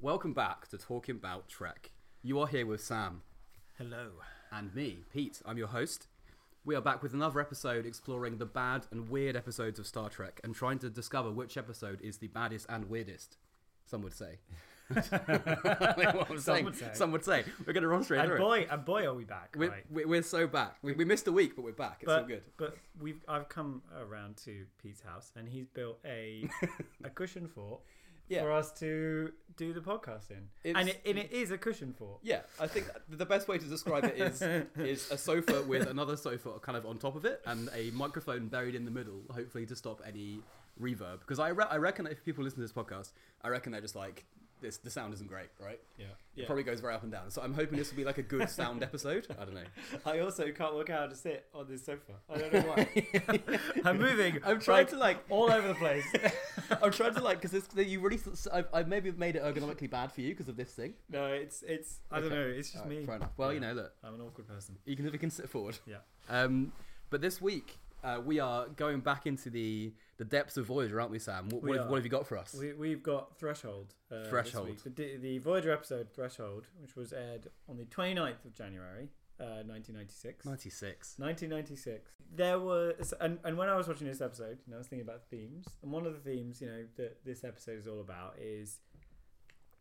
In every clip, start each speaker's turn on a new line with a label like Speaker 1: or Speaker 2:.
Speaker 1: Welcome back to Talking About Trek. You are here with Sam
Speaker 2: Hello.
Speaker 1: and me, Pete. I'm your host. We are back with another episode exploring the bad and weird episodes of Star Trek and trying to discover which episode is the baddest and weirdest. Some would say. What I'm saying-
Speaker 2: would say.
Speaker 1: Some would say. We're going to run straight
Speaker 2: And
Speaker 1: through it.
Speaker 2: boy, and boy, are we back,
Speaker 1: We're,
Speaker 2: right?
Speaker 1: we're, we're so back. We, we missed a week, but we're back. It's
Speaker 2: But,
Speaker 1: all good.
Speaker 2: but we've I've come around to Pete's house and he's built a a cushion fort
Speaker 1: Yeah.
Speaker 2: for us to do the podcast in,
Speaker 1: It's-
Speaker 2: and it, and it is a cushion fort.
Speaker 1: Yeah, I think the best way to describe it is is a sofa with another sofa kind of on top of it and a microphone buried in the middle, hopefully to stop any reverb. Because I, re- I reckon if people listen to this podcast, I reckon they're just like, this the sound isn't great, right?
Speaker 2: Yeah,
Speaker 1: It probably goes very up and down. So I'm hoping this will be like a good sound episode. I don't know.
Speaker 2: I also can't work out how to sit on this sofa. I don't know why. I'm moving.
Speaker 1: I'm trying
Speaker 2: like,
Speaker 1: to like,
Speaker 2: all over the place.
Speaker 1: I'm trying to like, because you really, I've, I've maybe made it ergonomically bad for you because of this thing.
Speaker 2: no, it's it's. I don't
Speaker 1: Okay.
Speaker 2: know. It's just
Speaker 1: All right,
Speaker 2: me.
Speaker 1: fair enough. Well, you
Speaker 2: Yeah.
Speaker 1: know, look,
Speaker 2: I'm an awkward person.
Speaker 1: you can, if you can sit forward.
Speaker 2: Yeah.
Speaker 1: Um, but this week uh, we are going back into the the depths of Voyager, aren't we, Sam? What,
Speaker 2: We
Speaker 1: what, have,
Speaker 2: are.
Speaker 1: what have you got for us?
Speaker 2: We, we've got Threshold. Uh, this
Speaker 1: Threshold.
Speaker 2: week. The, D- the Voyager episode Threshold, which was aired on the 29th of January, uh, 1996.
Speaker 1: Ninety six.
Speaker 2: 1996. There was, and, and when I was watching this episode, you know, I was thinking about themes. And one of the themes, you know, that this episode is all about is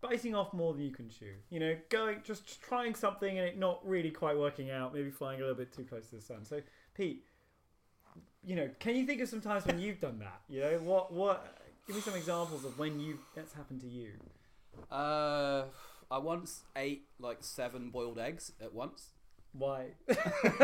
Speaker 2: biting off more than you can chew. You know, going, just trying something and it not really quite working out, maybe flying a little bit too close to the sun. So, Pete, you know, can you think of some times when you've done that? You know, what, what, give me some examples of when you that's happened to you.
Speaker 1: Uh, I once ate like seven boiled eggs at once.
Speaker 2: Why?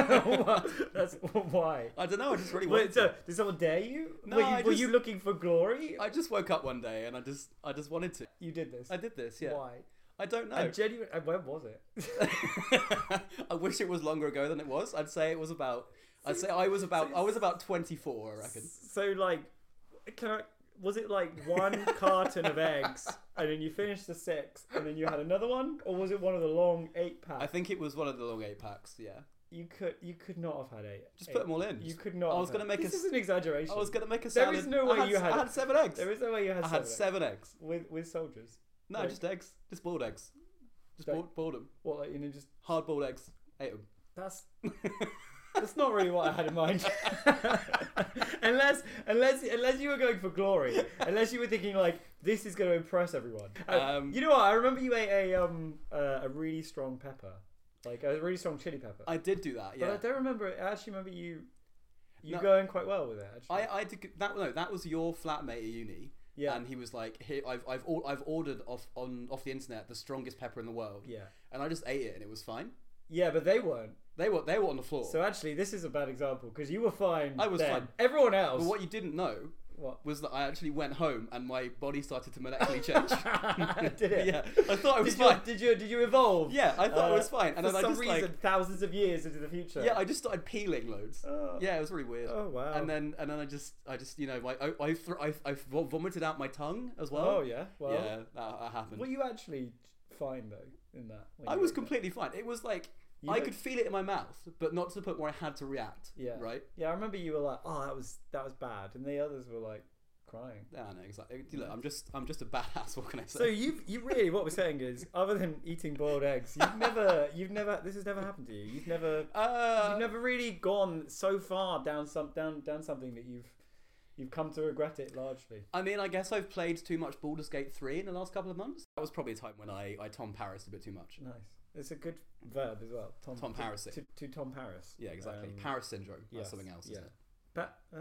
Speaker 2: that's why.
Speaker 1: I don't know. I just really wanted.
Speaker 2: Wait, so
Speaker 1: to.
Speaker 2: did someone dare you?
Speaker 1: No,
Speaker 2: were you,
Speaker 1: I
Speaker 2: were
Speaker 1: just-
Speaker 2: you looking for glory?
Speaker 1: I just woke up one day and I just I just wanted to.
Speaker 2: You did this.
Speaker 1: I did this. Yeah.
Speaker 2: Why?
Speaker 1: I don't
Speaker 2: I
Speaker 1: know.
Speaker 2: genuine. And when was it?
Speaker 1: I wish it was longer ago than it was. I'd say it was about. I'd say I was about. I was about twenty four. I reckon.
Speaker 2: So like, can I? Was it like one carton of eggs, and then you finished the six, and then you had another one, or was it one of the long eight
Speaker 1: I
Speaker 2: packs?
Speaker 1: think it was one of the long eight packs. Yeah.
Speaker 2: You could you could not have had eight.
Speaker 1: Just put them all in.
Speaker 2: You could not.
Speaker 1: I
Speaker 2: have
Speaker 1: was gonna
Speaker 2: had-
Speaker 1: make a
Speaker 2: This
Speaker 1: s-
Speaker 2: is an exaggeration.
Speaker 1: I was gonna make a
Speaker 2: There
Speaker 1: salad.
Speaker 2: is no way
Speaker 1: I had,
Speaker 2: you had-
Speaker 1: I had seven eggs.
Speaker 2: There is no way you had.
Speaker 1: I had seven
Speaker 2: seven eggs.
Speaker 1: eggs.
Speaker 2: with with soldiers.
Speaker 1: No,
Speaker 2: Like-
Speaker 1: just eggs. Just boiled eggs. Just
Speaker 2: Like-
Speaker 1: boiled, boiled them.
Speaker 2: What like you know just
Speaker 1: Hard boiled eggs. Ate them.
Speaker 2: that's that's not really what I had in mind. unless unless unless you were going for glory, unless you were thinking like this is going to impress everyone. Uh,
Speaker 1: Um,
Speaker 2: you know what? I remember you ate a um uh, a really strong pepper, like a really strong chili pepper.
Speaker 1: I did do that.
Speaker 2: But I
Speaker 1: Yeah.
Speaker 2: don't remember. it. I actually remember you you
Speaker 1: No.
Speaker 2: going quite well with it. Actually.
Speaker 1: I, I did that. No, that was your flatmate at uni.
Speaker 2: Yeah.
Speaker 1: And he was like, "Here, I've I've all, I've ordered off on off the internet the strongest pepper in the world."
Speaker 2: yeah
Speaker 1: And I just ate it, and it was fine.
Speaker 2: yeah, but they weren't.
Speaker 1: They were they were on the floor.
Speaker 2: So actually, this is a bad example because you were fine.
Speaker 1: I was
Speaker 2: then.
Speaker 1: fine.
Speaker 2: Everyone else.
Speaker 1: but what you didn't know
Speaker 2: what?
Speaker 1: was that I actually went home and my body started to molecularly change.
Speaker 2: Did it?
Speaker 1: yeah. I thought it was
Speaker 2: did
Speaker 1: fine.
Speaker 2: You, did you did you evolve?
Speaker 1: Yeah, I thought it
Speaker 2: uh,
Speaker 1: was fine, and
Speaker 2: for
Speaker 1: then I
Speaker 2: some
Speaker 1: just
Speaker 2: reason,
Speaker 1: like
Speaker 2: thousands of years into the future.
Speaker 1: yeah, I just started peeling loads.
Speaker 2: Oh.
Speaker 1: yeah, it was really weird.
Speaker 2: Oh, wow.
Speaker 1: And then and then I just I just you know my I I, thr I, I vo- vomited out my tongue as well.
Speaker 2: oh yeah. Well,
Speaker 1: yeah, that, that happened.
Speaker 2: were you actually fine though in that? when
Speaker 1: I
Speaker 2: you
Speaker 1: was
Speaker 2: were-
Speaker 1: completely fine. It was like
Speaker 2: You
Speaker 1: I
Speaker 2: look-
Speaker 1: could feel it in my mouth, but not to the point where I had to react.
Speaker 2: Yeah.
Speaker 1: Right.
Speaker 2: Yeah, I remember you were like, "Oh, that was that was bad," and the others were like crying.
Speaker 1: Yeah, I know exactly. Look, I'm just I'm just a badass. What can I
Speaker 2: So
Speaker 1: say?
Speaker 2: you you really what we're saying is, other than eating boiled eggs, you've never you've never this has never happened to you. You've never
Speaker 1: uh,
Speaker 2: you've never really gone so far down some down down something that you've you've come to regret it largely.
Speaker 1: I mean, I guess I've played too much Baldur's Gate 3 in the last couple of months. That was probably a time when I, I Tom Paris a bit too much.
Speaker 2: Nice. It's a good verb as well. Tom,
Speaker 1: Tom
Speaker 2: to-
Speaker 1: Paris it.
Speaker 2: To, to Tom Paris.
Speaker 1: Yeah, exactly.
Speaker 2: Um,
Speaker 1: Paris syndrome. That's
Speaker 2: yes,
Speaker 1: something else,
Speaker 2: yeah.
Speaker 1: isn't it?
Speaker 2: But uh,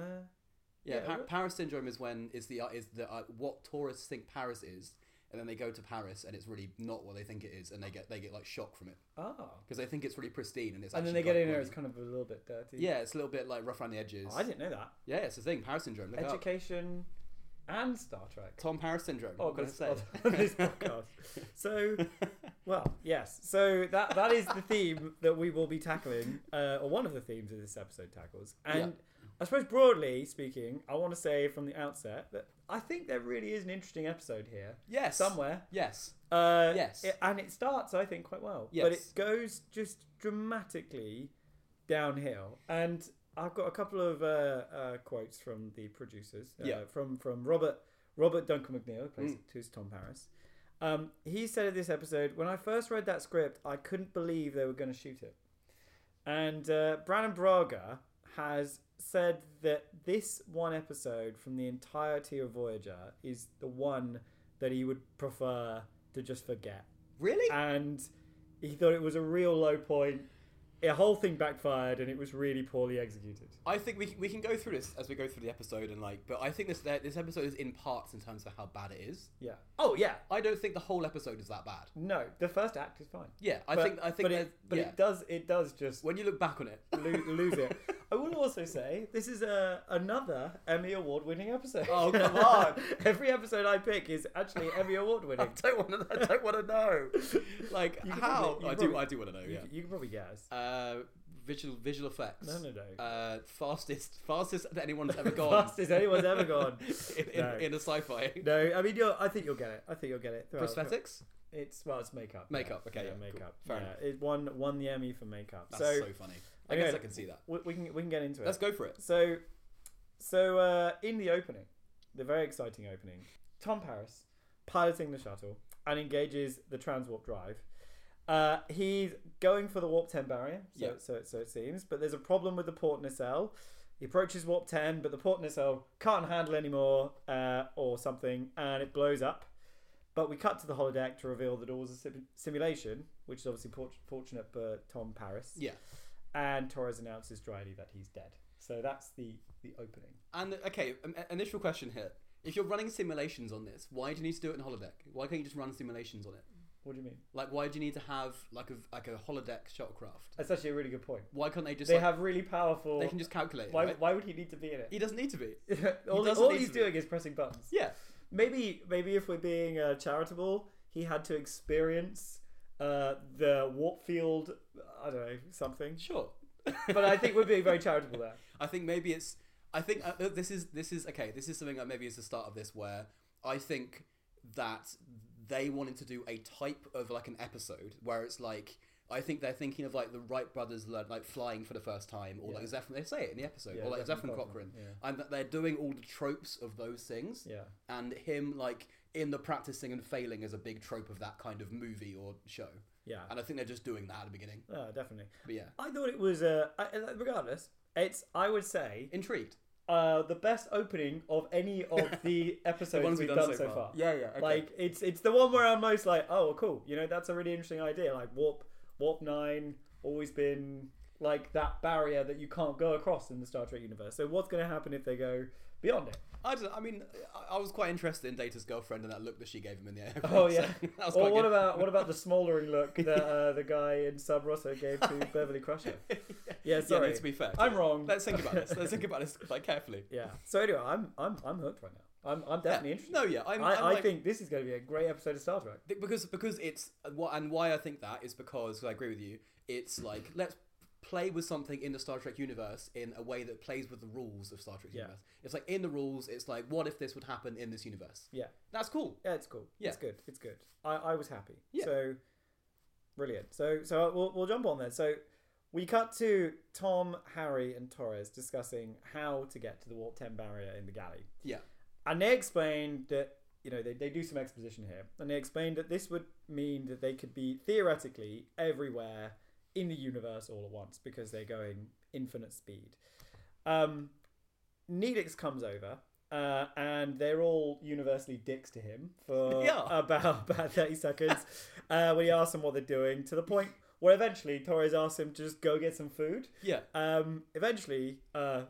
Speaker 1: Yeah,
Speaker 2: Yeah,
Speaker 1: Par-
Speaker 2: what-
Speaker 1: Paris syndrome is when is the uh, is the uh, what tourists think Paris is, and then they go to Paris and it's really not what they think it is, and they get they get like shock from it
Speaker 2: ah,
Speaker 1: because they think it's really pristine and it's.
Speaker 2: and then
Speaker 1: actually
Speaker 2: they get
Speaker 1: got
Speaker 2: in there.
Speaker 1: really-
Speaker 2: It's kind of a little bit dirty.
Speaker 1: Yeah, it's a little bit like rough around the edges.
Speaker 2: Oh, I didn't know that.
Speaker 1: Yeah, it's the thing. Paris syndrome. Look it up.
Speaker 2: Education and Star Trek.
Speaker 1: Tom Paris syndrome.
Speaker 2: Oh,
Speaker 1: what can I
Speaker 2: this-
Speaker 1: say?
Speaker 2: oh, this podcast. So, well, yes. So that that is the theme that we will be tackling, uh, or one of the themes that this episode tackles. And I suppose broadly speaking, I want to say from the outset that I think there really is an interesting episode here
Speaker 1: yes.
Speaker 2: somewhere.
Speaker 1: Yes.
Speaker 2: Uh,
Speaker 1: Yes.
Speaker 2: it- and it starts, I think, quite well. But
Speaker 1: Yes.
Speaker 2: it goes just dramatically downhill. And I've got a couple of uh, uh, quotes from the producers. Uh,
Speaker 1: Yeah. Mm.
Speaker 2: From from Robert Robert Duncan McNeil, who plays who's Tom Paris, Um, he said in this episode, when I first read that script, I couldn't believe they were going to shoot it. And uh, Brandon Braga has said that this one episode from the entirety of Voyager is the one that he would prefer to just forget.
Speaker 1: Really?
Speaker 2: And he thought it was a real low point. The whole thing backfired and it was really poorly executed.
Speaker 1: I think we, we can go through this as we go through the episode and like, but I think this this episode is in parts in terms of how bad it is.
Speaker 2: Yeah. Oh, yeah.
Speaker 1: I don't think the whole episode is that bad.
Speaker 2: No, the first act is fine.
Speaker 1: Yeah, I
Speaker 2: But-
Speaker 1: think I think
Speaker 2: but, it,
Speaker 1: that-
Speaker 2: but
Speaker 1: yeah.
Speaker 2: it does it does just
Speaker 1: when you look back on it,
Speaker 2: lo- lose it. Oh, I will also say this is a, another Emmy award winning episode.
Speaker 1: Oh, come on.
Speaker 2: Every episode I pick is actually Emmy award
Speaker 1: I
Speaker 2: winning.
Speaker 1: don't want to. I don't want to know. Like
Speaker 2: You can
Speaker 1: how?
Speaker 2: probably- you
Speaker 1: I do.
Speaker 2: probably-
Speaker 1: I do want to know.
Speaker 2: You,
Speaker 1: Yeah.
Speaker 2: you can probably guess.
Speaker 1: Uh, visual visual effects.
Speaker 2: No, no, no.
Speaker 1: Uh, fastest fastest that anyone's ever gone.
Speaker 2: Fastest anyone's ever gone.
Speaker 1: in, in,
Speaker 2: No.
Speaker 1: in a sci-fi.
Speaker 2: No, I mean you'll, I think you'll get it. I think you'll get it. Throughout-
Speaker 1: Prosthetics.
Speaker 2: It's well, it's makeup. yeah.
Speaker 1: Makeup, okay, yeah, cool.
Speaker 2: makeup.
Speaker 1: Fair
Speaker 2: yeah,
Speaker 1: enough.
Speaker 2: it won won the Emmy for makeup.
Speaker 1: That's so,
Speaker 2: so
Speaker 1: funny. I guess
Speaker 2: okay.
Speaker 1: I can see that.
Speaker 2: we, we can we can get into it.
Speaker 1: Let's go for it.
Speaker 2: So, so uh, in the opening, the very exciting opening, Tom Paris piloting the shuttle and engages the transwarp drive. Uh, he's going for the warp ten barrier, so,
Speaker 1: Yeah.
Speaker 2: so so it seems. But there's a problem with the port nacelle. He approaches warp ten, but the port nacelle can't handle anymore, uh, or something, and it blows up. But we cut to the holodeck to reveal that it was a sim- simulation, which is obviously port- fortunate for Tom Paris
Speaker 1: Yeah.
Speaker 2: and Torres announces dryly that he's dead. So that's the the opening.
Speaker 1: And okay, um, i- initial question here. If you're running simulations on this, why do you need to do it in holodeck? Why can't you just run simulations on it?
Speaker 2: What do you mean?
Speaker 1: Like, why do you need to have like a like a holodeck shuttlecraft?
Speaker 2: That's actually a really good point.
Speaker 1: Why can't they just
Speaker 2: They
Speaker 1: like,
Speaker 2: have really powerful.
Speaker 1: they can just calculate? it,
Speaker 2: why,
Speaker 1: right?
Speaker 2: why would he need to be in
Speaker 1: He doesn't need to be.
Speaker 2: it? all
Speaker 1: doesn't
Speaker 2: all
Speaker 1: need
Speaker 2: he's
Speaker 1: to be.
Speaker 2: doing is pressing buttons.
Speaker 1: Yeah.
Speaker 2: Maybe maybe if we're being uh, charitable, he had to experience uh, the warp field. I don't know something.
Speaker 1: Sure.
Speaker 2: But I think we're being very charitable there.
Speaker 1: I think maybe it's. I think uh, uh, this is this is okay. This is something that maybe is the start of this where I think that they wanted to do a type of like an episode where it's like I think they're thinking of like the Wright brothers learn like flying for the first time or like Zephyr. They say it in the episode
Speaker 2: Yeah,
Speaker 1: or like
Speaker 2: Zephyr
Speaker 1: Zephyr Cochrane,
Speaker 2: Cochrane, yeah.
Speaker 1: and that they're doing all the tropes of those things.
Speaker 2: Yeah.
Speaker 1: And him like in the practicing and failing is a big trope of that kind of movie or show.
Speaker 2: Yeah.
Speaker 1: And I think they're just doing that at the beginning.
Speaker 2: Oh, definitely.
Speaker 1: But yeah,
Speaker 2: I thought it was. Uh, I, I- regardless, it's. I would say
Speaker 1: intrigued.
Speaker 2: uh, the best opening of any of the episodes
Speaker 1: ones
Speaker 2: we've done, so far.
Speaker 1: Yeah, yeah. okay.
Speaker 2: Like it's it's the one where I'm most like, oh, well, cool. You know, that's a really interesting idea. Like warp warp nine always been like that barrier that you can't go across in the Star Trek universe. So what's going to happen if they go beyond it?
Speaker 1: I don't. I mean, I, I was quite interested in Data's girlfriend and that look that she gave him in the air.
Speaker 2: Oh yeah.
Speaker 1: that was
Speaker 2: or
Speaker 1: quite
Speaker 2: what
Speaker 1: good.
Speaker 2: about what about the smoldering look that uh, the guy in Sub Rosso gave to Beverly Crusher? Yeah,
Speaker 1: Yeah,
Speaker 2: sorry.
Speaker 1: no, to be fair,
Speaker 2: I'm wrong.
Speaker 1: Let's think about this. Let's think about this like carefully.
Speaker 2: yeah. So anyway, I'm I'm I'm hooked right now. I'm I'm definitely interested.
Speaker 1: No, yeah, I'm,
Speaker 2: I,
Speaker 1: I'm
Speaker 2: I
Speaker 1: like-
Speaker 2: think this is going to be a great episode of Star Trek.
Speaker 1: th- because because it's what and why I think that is because I agree with you. It's like let's play with something in the Star Trek universe in a way that plays with the rules of Star Trek
Speaker 2: Yeah.
Speaker 1: universe. It's like in the rules, it's like what if this would happen in this universe?
Speaker 2: Yeah.
Speaker 1: That's cool.
Speaker 2: Yeah, it's cool.
Speaker 1: Yeah.
Speaker 2: It's good. It's good. I, I was happy.
Speaker 1: Yeah.
Speaker 2: So brilliant. So so we'll we'll jump on there. So we cut to Tom, Harry, and Torres discussing how to get to the warp ten barrier in the galley.
Speaker 1: Yeah.
Speaker 2: And they explained that you know, they, they do some exposition here. And they explained that this would mean that they could be theoretically everywhere in the universe all at once because they're going infinite speed. Um Neelix comes over, uh, and they're all universally dicks to him for
Speaker 1: Yeah.
Speaker 2: about about thirty seconds. uh, when he asks them what they're doing, to the point where eventually Torres asks him to just go get some food.
Speaker 1: Yeah.
Speaker 2: Um, eventually, uh,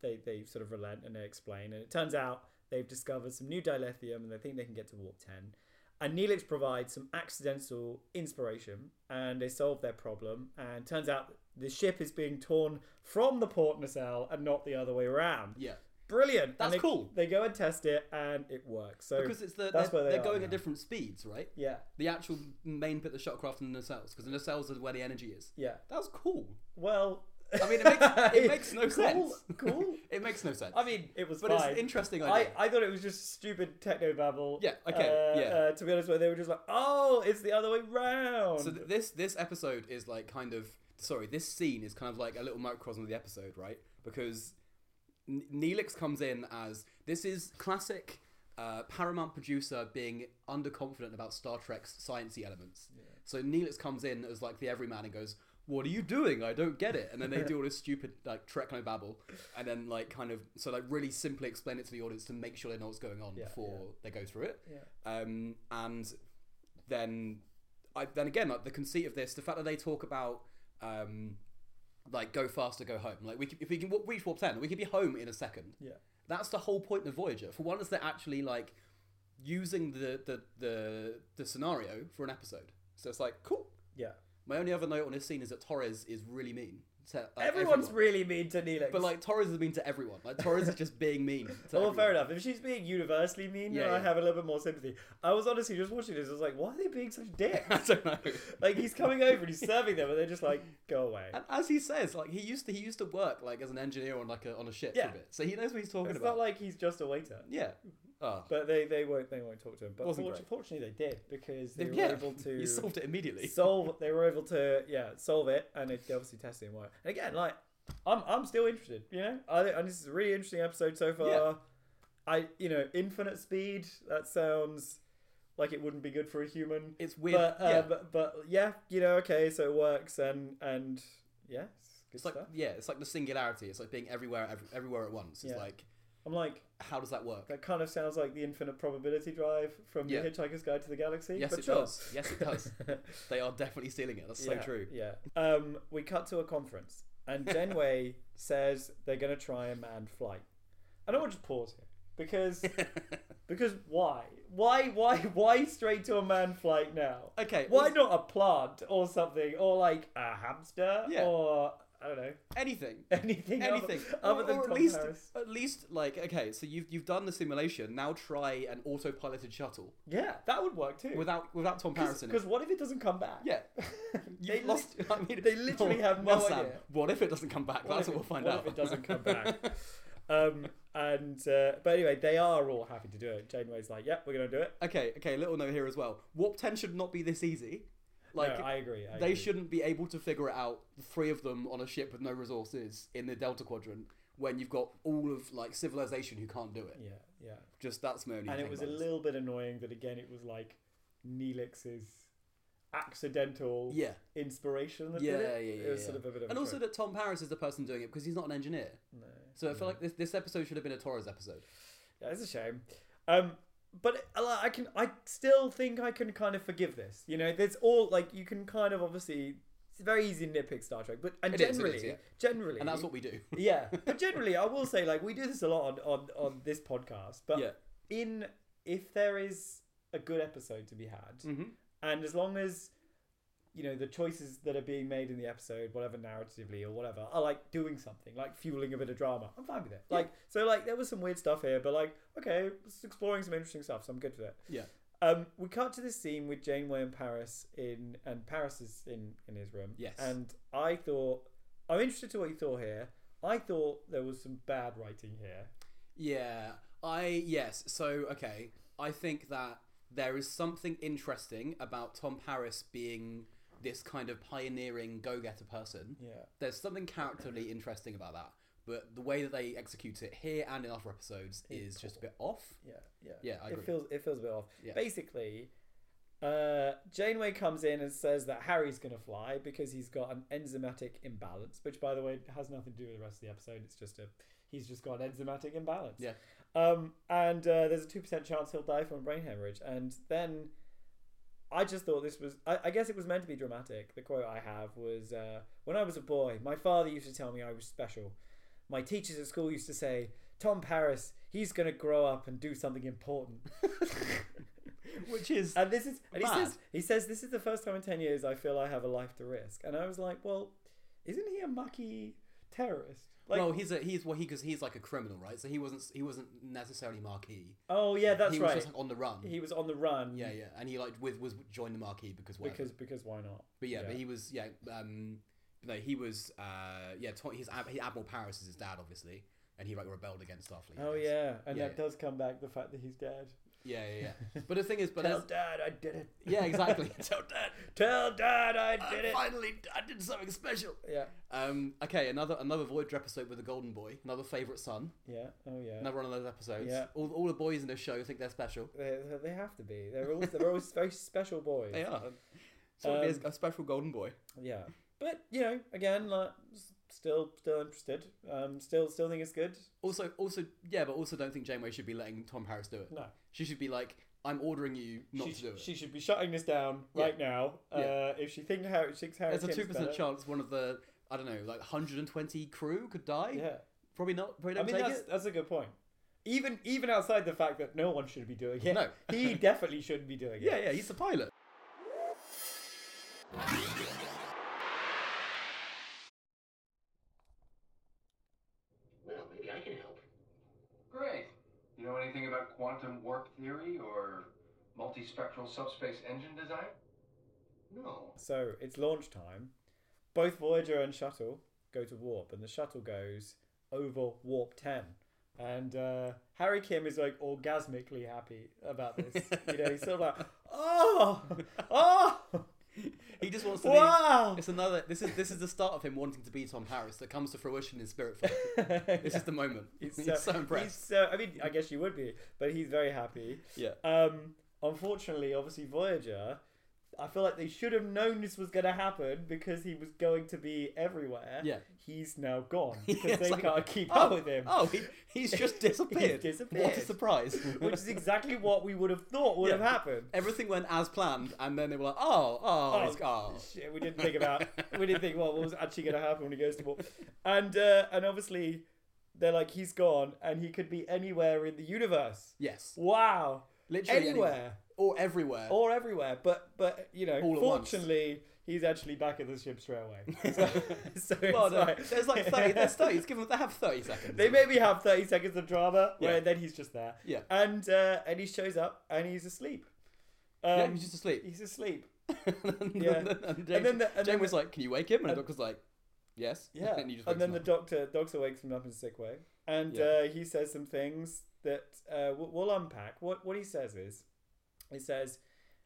Speaker 2: they they sort of relent and they explain, and it turns out they've discovered some new dilithium, and they think they can get to warp ten. And Neelix provides some accidental inspiration, and they solve their problem. And turns out the ship is being torn from the port nacelle and not the other way around.
Speaker 1: Yeah.
Speaker 2: Brilliant! And
Speaker 1: That's
Speaker 2: they-
Speaker 1: cool.
Speaker 2: They go and test it, and it works. So
Speaker 1: Because it's the they're,
Speaker 2: that's where they
Speaker 1: they're
Speaker 2: are
Speaker 1: going at
Speaker 2: now.
Speaker 1: different speeds, right?
Speaker 2: yeah,
Speaker 1: The actual main bit, the shotcraft and the nacelles, because the nacelles are where the energy is.
Speaker 2: yeah.
Speaker 1: That was cool.
Speaker 2: Well,
Speaker 1: I mean, it makes, it makes no
Speaker 2: cool,
Speaker 1: sense.
Speaker 2: Cool.
Speaker 1: it makes no sense.
Speaker 2: I mean, it was
Speaker 1: but
Speaker 2: fine.
Speaker 1: it's an interesting
Speaker 2: I,
Speaker 1: idea.
Speaker 2: I thought it was just stupid techno babble.
Speaker 1: Yeah, okay,
Speaker 2: uh,
Speaker 1: yeah.
Speaker 2: Uh, to be honest, where they were just like, "Oh, it's the other way round."
Speaker 1: so th- this this episode is like kind of sorry. This scene is kind of like a little microcosm of the episode, right? Because N- Neelix comes in as this is classic uh, Paramount producer being underconfident about Star Trek's sciency elements.
Speaker 2: Yeah.
Speaker 1: So Neelix comes in as like the everyman and goes, "What are you doing? I don't get it." And then they do all this stupid like Trek no babble, and then like kind of so like really simply explain it to the audience to make sure they know what's going on
Speaker 2: Yeah,
Speaker 1: before they go through it.
Speaker 2: Yeah.
Speaker 1: Um, and then, I then again like the conceit of this, the fact that they talk about. Um, like go faster, go home. Like we, could, if we can w- reach warp ten, we could be home in a second.
Speaker 2: Yeah.
Speaker 1: That's the whole point of Voyager. For once, they're actually like using the the the, the scenario for an episode. So it's like cool.
Speaker 2: Yeah.
Speaker 1: My only other note on this scene is that Torres is really mean. To, like,
Speaker 2: Everyone's
Speaker 1: everyone.
Speaker 2: really mean to Neelix.
Speaker 1: but like Torres is mean to everyone. Like Torres is just being mean. To
Speaker 2: Oh, well,
Speaker 1: everyone.
Speaker 2: fair enough. If she's being universally mean,
Speaker 1: Yeah,
Speaker 2: then I
Speaker 1: yeah.
Speaker 2: have a little bit more sympathy. I was honestly just watching this. I was like, why are they being such dicks?
Speaker 1: I don't know.
Speaker 2: like he's coming over and he's serving them, and they're just like, go away.
Speaker 1: And as he says, like he used to he used to work like as an engineer on like a, on a ship for
Speaker 2: Yeah.
Speaker 1: a bit, so he knows what he's talking
Speaker 2: It's
Speaker 1: about.
Speaker 2: not like he's just a waiter.
Speaker 1: yeah. Oh.
Speaker 2: But they, they won't they won't talk to him. But
Speaker 1: Wasn't
Speaker 2: fortu-
Speaker 1: great.
Speaker 2: fortunately, they did because they were
Speaker 1: yeah.
Speaker 2: able to
Speaker 1: you solved it immediately.
Speaker 2: solve. They were able to yeah solve it, and it obviously tested and worked. And again, like I'm I'm still interested. You know, I think- and this is a really interesting episode so far.
Speaker 1: Yeah.
Speaker 2: I you know infinite speed. That sounds like it wouldn't be good for a human.
Speaker 1: it's weird.
Speaker 2: But, uh,
Speaker 1: yeah.
Speaker 2: but but yeah, you know, okay, so it works, and and yeah, it's good
Speaker 1: It's like
Speaker 2: stuff.
Speaker 1: yeah, it's like the singularity. It's like being everywhere, ev- everywhere at once. It's
Speaker 2: Yeah.
Speaker 1: like
Speaker 2: I'm like
Speaker 1: how does that work?
Speaker 2: that kind of sounds like the infinite probability drive from
Speaker 1: Yeah.
Speaker 2: the Hitchhiker's Guide to the Galaxy.
Speaker 1: Yes,
Speaker 2: but
Speaker 1: it
Speaker 2: sure.
Speaker 1: does. Yes, it does. they are definitely stealing it. That's so
Speaker 2: yeah,
Speaker 1: true.
Speaker 2: Yeah. Um, we cut to a conference, and Denway says they're going to try a manned flight. And I want to just pause here because because why why why why straight to a manned flight now?
Speaker 1: okay.
Speaker 2: Why
Speaker 1: well,
Speaker 2: not a plant or something or like a hamster
Speaker 1: Yeah.
Speaker 2: or I don't know
Speaker 1: anything?
Speaker 2: anything other-
Speaker 1: Anything.
Speaker 2: other,
Speaker 1: or,
Speaker 2: than
Speaker 1: or at
Speaker 2: Tom
Speaker 1: least,
Speaker 2: Harris.
Speaker 1: at least like okay. So you've you've done the simulation. Now try an autopiloted shuttle
Speaker 2: Yeah, that would work too.
Speaker 1: without without Tom Harris in it.
Speaker 2: Because what if it doesn't come back?
Speaker 1: Yeah. You
Speaker 2: they
Speaker 1: lost.
Speaker 2: lit-
Speaker 1: I mean,
Speaker 2: they literally have
Speaker 1: well,
Speaker 2: no
Speaker 1: Sam,
Speaker 2: idea.
Speaker 1: What if it doesn't come back?
Speaker 2: What
Speaker 1: That's
Speaker 2: if
Speaker 1: what
Speaker 2: it-
Speaker 1: we'll find
Speaker 2: what
Speaker 1: out.
Speaker 2: if it doesn't come back? um, and uh, but anyway, they are all happy to do it. Janeway's like, "Yep, we're gonna do it."
Speaker 1: okay. Okay. Little note here as well. Warp ten should not be this easy. Like
Speaker 2: no, I agree. I
Speaker 1: they
Speaker 2: agree.
Speaker 1: shouldn't be able to figure it out the three of them on a ship with no resources in the delta quadrant when you've got all of like civilization who can't do it
Speaker 2: Yeah, yeah.
Speaker 1: just that's my only
Speaker 2: And
Speaker 1: thing
Speaker 2: it was a
Speaker 1: about this.
Speaker 2: little bit annoying that again, it was like Neelix's accidental
Speaker 1: yeah
Speaker 2: inspiration that
Speaker 1: Yeah,
Speaker 2: did it.
Speaker 1: yeah, yeah,
Speaker 2: It was
Speaker 1: yeah.
Speaker 2: sort of a bit of
Speaker 1: and
Speaker 2: a
Speaker 1: also
Speaker 2: joke.
Speaker 1: that tom paris is the person doing it because he's not an engineer
Speaker 2: No.
Speaker 1: so i feel like this, this episode should have been a torres episode
Speaker 2: Yeah, it's a shame. Um, but uh, like, I can, I still think I can kind of forgive this. You know, there's all like you can kind of obviously it's very easy to nitpick Star Trek, but and
Speaker 1: It is, it is,
Speaker 2: generally,
Speaker 1: yeah.
Speaker 2: generally,
Speaker 1: and that's what we do
Speaker 2: yeah. But generally, I will say like we do this a lot on on, on this podcast. But
Speaker 1: yeah
Speaker 2: in if there is a good episode to be had,
Speaker 1: Mm. Mm-hmm.
Speaker 2: and as long as you know the choices that are being made in the episode whatever narratively or whatever are like doing something like fueling a bit of drama i'm fine with it like so like there was some weird stuff here but like okay it's exploring some interesting stuff so i'm good with it
Speaker 1: yeah
Speaker 2: um we cut to this scene with janeway and paris in and paris is in in his room
Speaker 1: Yes.
Speaker 2: and i thought i'm interested to what you thought here i thought there was some bad writing here
Speaker 1: Yeah, I yes. So okay, I think that there is something interesting about Tom Paris being this kind of pioneering go-getter person.
Speaker 2: Yeah.
Speaker 1: There's something characterly interesting about that, but the way that they execute it here and in other episodes is just a bit off.
Speaker 2: yeah yeah
Speaker 1: Yeah, I agree.
Speaker 2: it feels it feels a bit off.
Speaker 1: Yeah.
Speaker 2: Basically, uh, Janeway comes in and says that Harry's going to fly because he's got an enzymatic imbalance, which, by the way, has nothing to do with the rest of the episode. It's just a he's just got an enzymatic imbalance.
Speaker 1: Yeah.
Speaker 2: Um, and uh, there's a two percent chance he'll die from brain hemorrhage, and then. I just thought this was. I, I guess it was meant to be dramatic. The quote I have was uh, When I was a boy, my father used to tell me I was special. My teachers at school used to say, Tom Paris, he's going to grow up and do something important.
Speaker 1: Which is
Speaker 2: And this is and he
Speaker 1: Bad.
Speaker 2: says he says this is the first time in ten years I feel I have a life to risk. And I was like, well, isn't he a mucky terrorist? Like,
Speaker 1: well, he's a he's well he because he's like a criminal, right? So he wasn't he wasn't necessarily marquee.
Speaker 2: oh yeah, that's
Speaker 1: he was
Speaker 2: right.
Speaker 1: just like on the run.
Speaker 2: he was on the run.
Speaker 1: yeah, yeah, and he like with was joined the marquee because whatever.
Speaker 2: Because because why not?
Speaker 1: But yeah, but
Speaker 2: Yeah.
Speaker 1: he was yeah. Um, no, he was uh, yeah. Tom, his Ad- he- Admiral Paris is his dad, obviously, and he like rebelled against Starfleet. I
Speaker 2: Oh
Speaker 1: guess.
Speaker 2: yeah, and
Speaker 1: Yeah,
Speaker 2: that does come back the fact that he's dead.
Speaker 1: Yeah, yeah, yeah. But the thing is, but
Speaker 2: Tell
Speaker 1: there's-
Speaker 2: dad I did it.
Speaker 1: yeah, exactly. Uh, Tell dad.
Speaker 2: Tell dad I
Speaker 1: I
Speaker 2: did it.
Speaker 1: Finally, I did something special.
Speaker 2: Yeah.
Speaker 1: Um, okay, another another Voyager episode with the Golden Boy, another favourite son,
Speaker 2: Yeah. Oh yeah.
Speaker 1: another one of those episodes.
Speaker 2: Yeah.
Speaker 1: All, all the boys in this show think they're special.
Speaker 2: They, they have to be. They're all they're always very special boys.
Speaker 1: They are. So um,
Speaker 2: Um,
Speaker 1: a special Golden Boy.
Speaker 2: Yeah. But you know, again, like, s- still still interested. Um, still still think it's good.
Speaker 1: Also, also, yeah, but also don't think Janeway should be letting Tom Harris do it.
Speaker 2: No.
Speaker 1: She should be like, I'm ordering you not
Speaker 2: she,
Speaker 1: to do it.
Speaker 2: she should be shutting this down right now. Uh, If she think how she thinks how
Speaker 1: There's a
Speaker 2: Kim's
Speaker 1: two percent
Speaker 2: better-
Speaker 1: chance one of the I don't know, like 120 crew could die.
Speaker 2: Yeah.
Speaker 1: Probably not. Probably
Speaker 2: I
Speaker 1: don't
Speaker 2: mean,
Speaker 1: take
Speaker 2: that's,
Speaker 1: it.
Speaker 2: that's a good point. Even even outside the fact that no one should be doing it,
Speaker 1: No.
Speaker 2: he definitely shouldn't be doing it.
Speaker 1: Yeah, yeah, he's the pilot.
Speaker 3: Well, maybe I can help.
Speaker 4: Great. You know anything about quantum warp theory or multispectral subspace engine design?
Speaker 3: No.
Speaker 2: So it's launch time. Both Voyager and Shuttle go to warp, and the Shuttle goes over warp 10. And uh, Harry Kim is like orgasmically happy about this. you know, he's sort of like, oh, oh,
Speaker 1: He just wants to. Be,
Speaker 2: wow.
Speaker 1: it's another. This is this is the start of him wanting to be Tom Harris that comes to fruition in Spirit Folk. This is the moment. He's so,
Speaker 2: He's
Speaker 1: impressed.
Speaker 2: so, I mean, I guess you would be, but he's very happy.
Speaker 1: Yeah.
Speaker 2: Um, unfortunately, obviously, Voyager. I feel like they should have known this was going to happen because he was going to be everywhere.
Speaker 1: Yeah.
Speaker 2: He's now gone because
Speaker 1: Yeah, it's
Speaker 2: they
Speaker 1: like,
Speaker 2: can't keep
Speaker 1: oh,
Speaker 2: up with him.
Speaker 1: Oh, he, he's just disappeared. What a
Speaker 2: disappeared.
Speaker 1: surprise!
Speaker 2: Which is exactly what we would have thought would
Speaker 1: Yeah.
Speaker 2: have happened.
Speaker 1: everything went as planned, and then they were like, "Oh, oh, it's, oh.
Speaker 2: Shit, we didn't think about we didn't think what was actually going to happen when he goes to war. And uh, and obviously they're like he's gone and he could be anywhere in the universe.
Speaker 1: yes,
Speaker 2: Wow.
Speaker 1: literally
Speaker 2: anywhere.
Speaker 1: or everywhere."
Speaker 2: or everywhere. But but you know,
Speaker 1: All at once.
Speaker 2: fortunately, he's actually back at the ship straight away. So, so it's
Speaker 1: well, no,
Speaker 2: like,
Speaker 1: there's like thirty. There's thirty. It's given they have thirty seconds.
Speaker 2: They maybe have thirty seconds of drama,
Speaker 1: Yeah.
Speaker 2: where then he's just there.
Speaker 1: Yeah.
Speaker 2: and uh, and he shows up and he's asleep. Um,
Speaker 1: yeah, he's just asleep.
Speaker 2: he's asleep.
Speaker 1: and,
Speaker 2: Yeah.
Speaker 1: then, and,
Speaker 2: And then the- and then
Speaker 1: Jane was
Speaker 2: the-
Speaker 1: like, "Can you wake him?" And the
Speaker 2: and-
Speaker 1: doctor's like, "Yes."
Speaker 2: Yeah,
Speaker 1: And, you just
Speaker 2: and then the
Speaker 1: wakes him
Speaker 2: doctor doctor wakes him up in a sick way, and
Speaker 1: Yeah.
Speaker 2: uh, he says some things that uh, we'll, we'll unpack. What what he says is, he says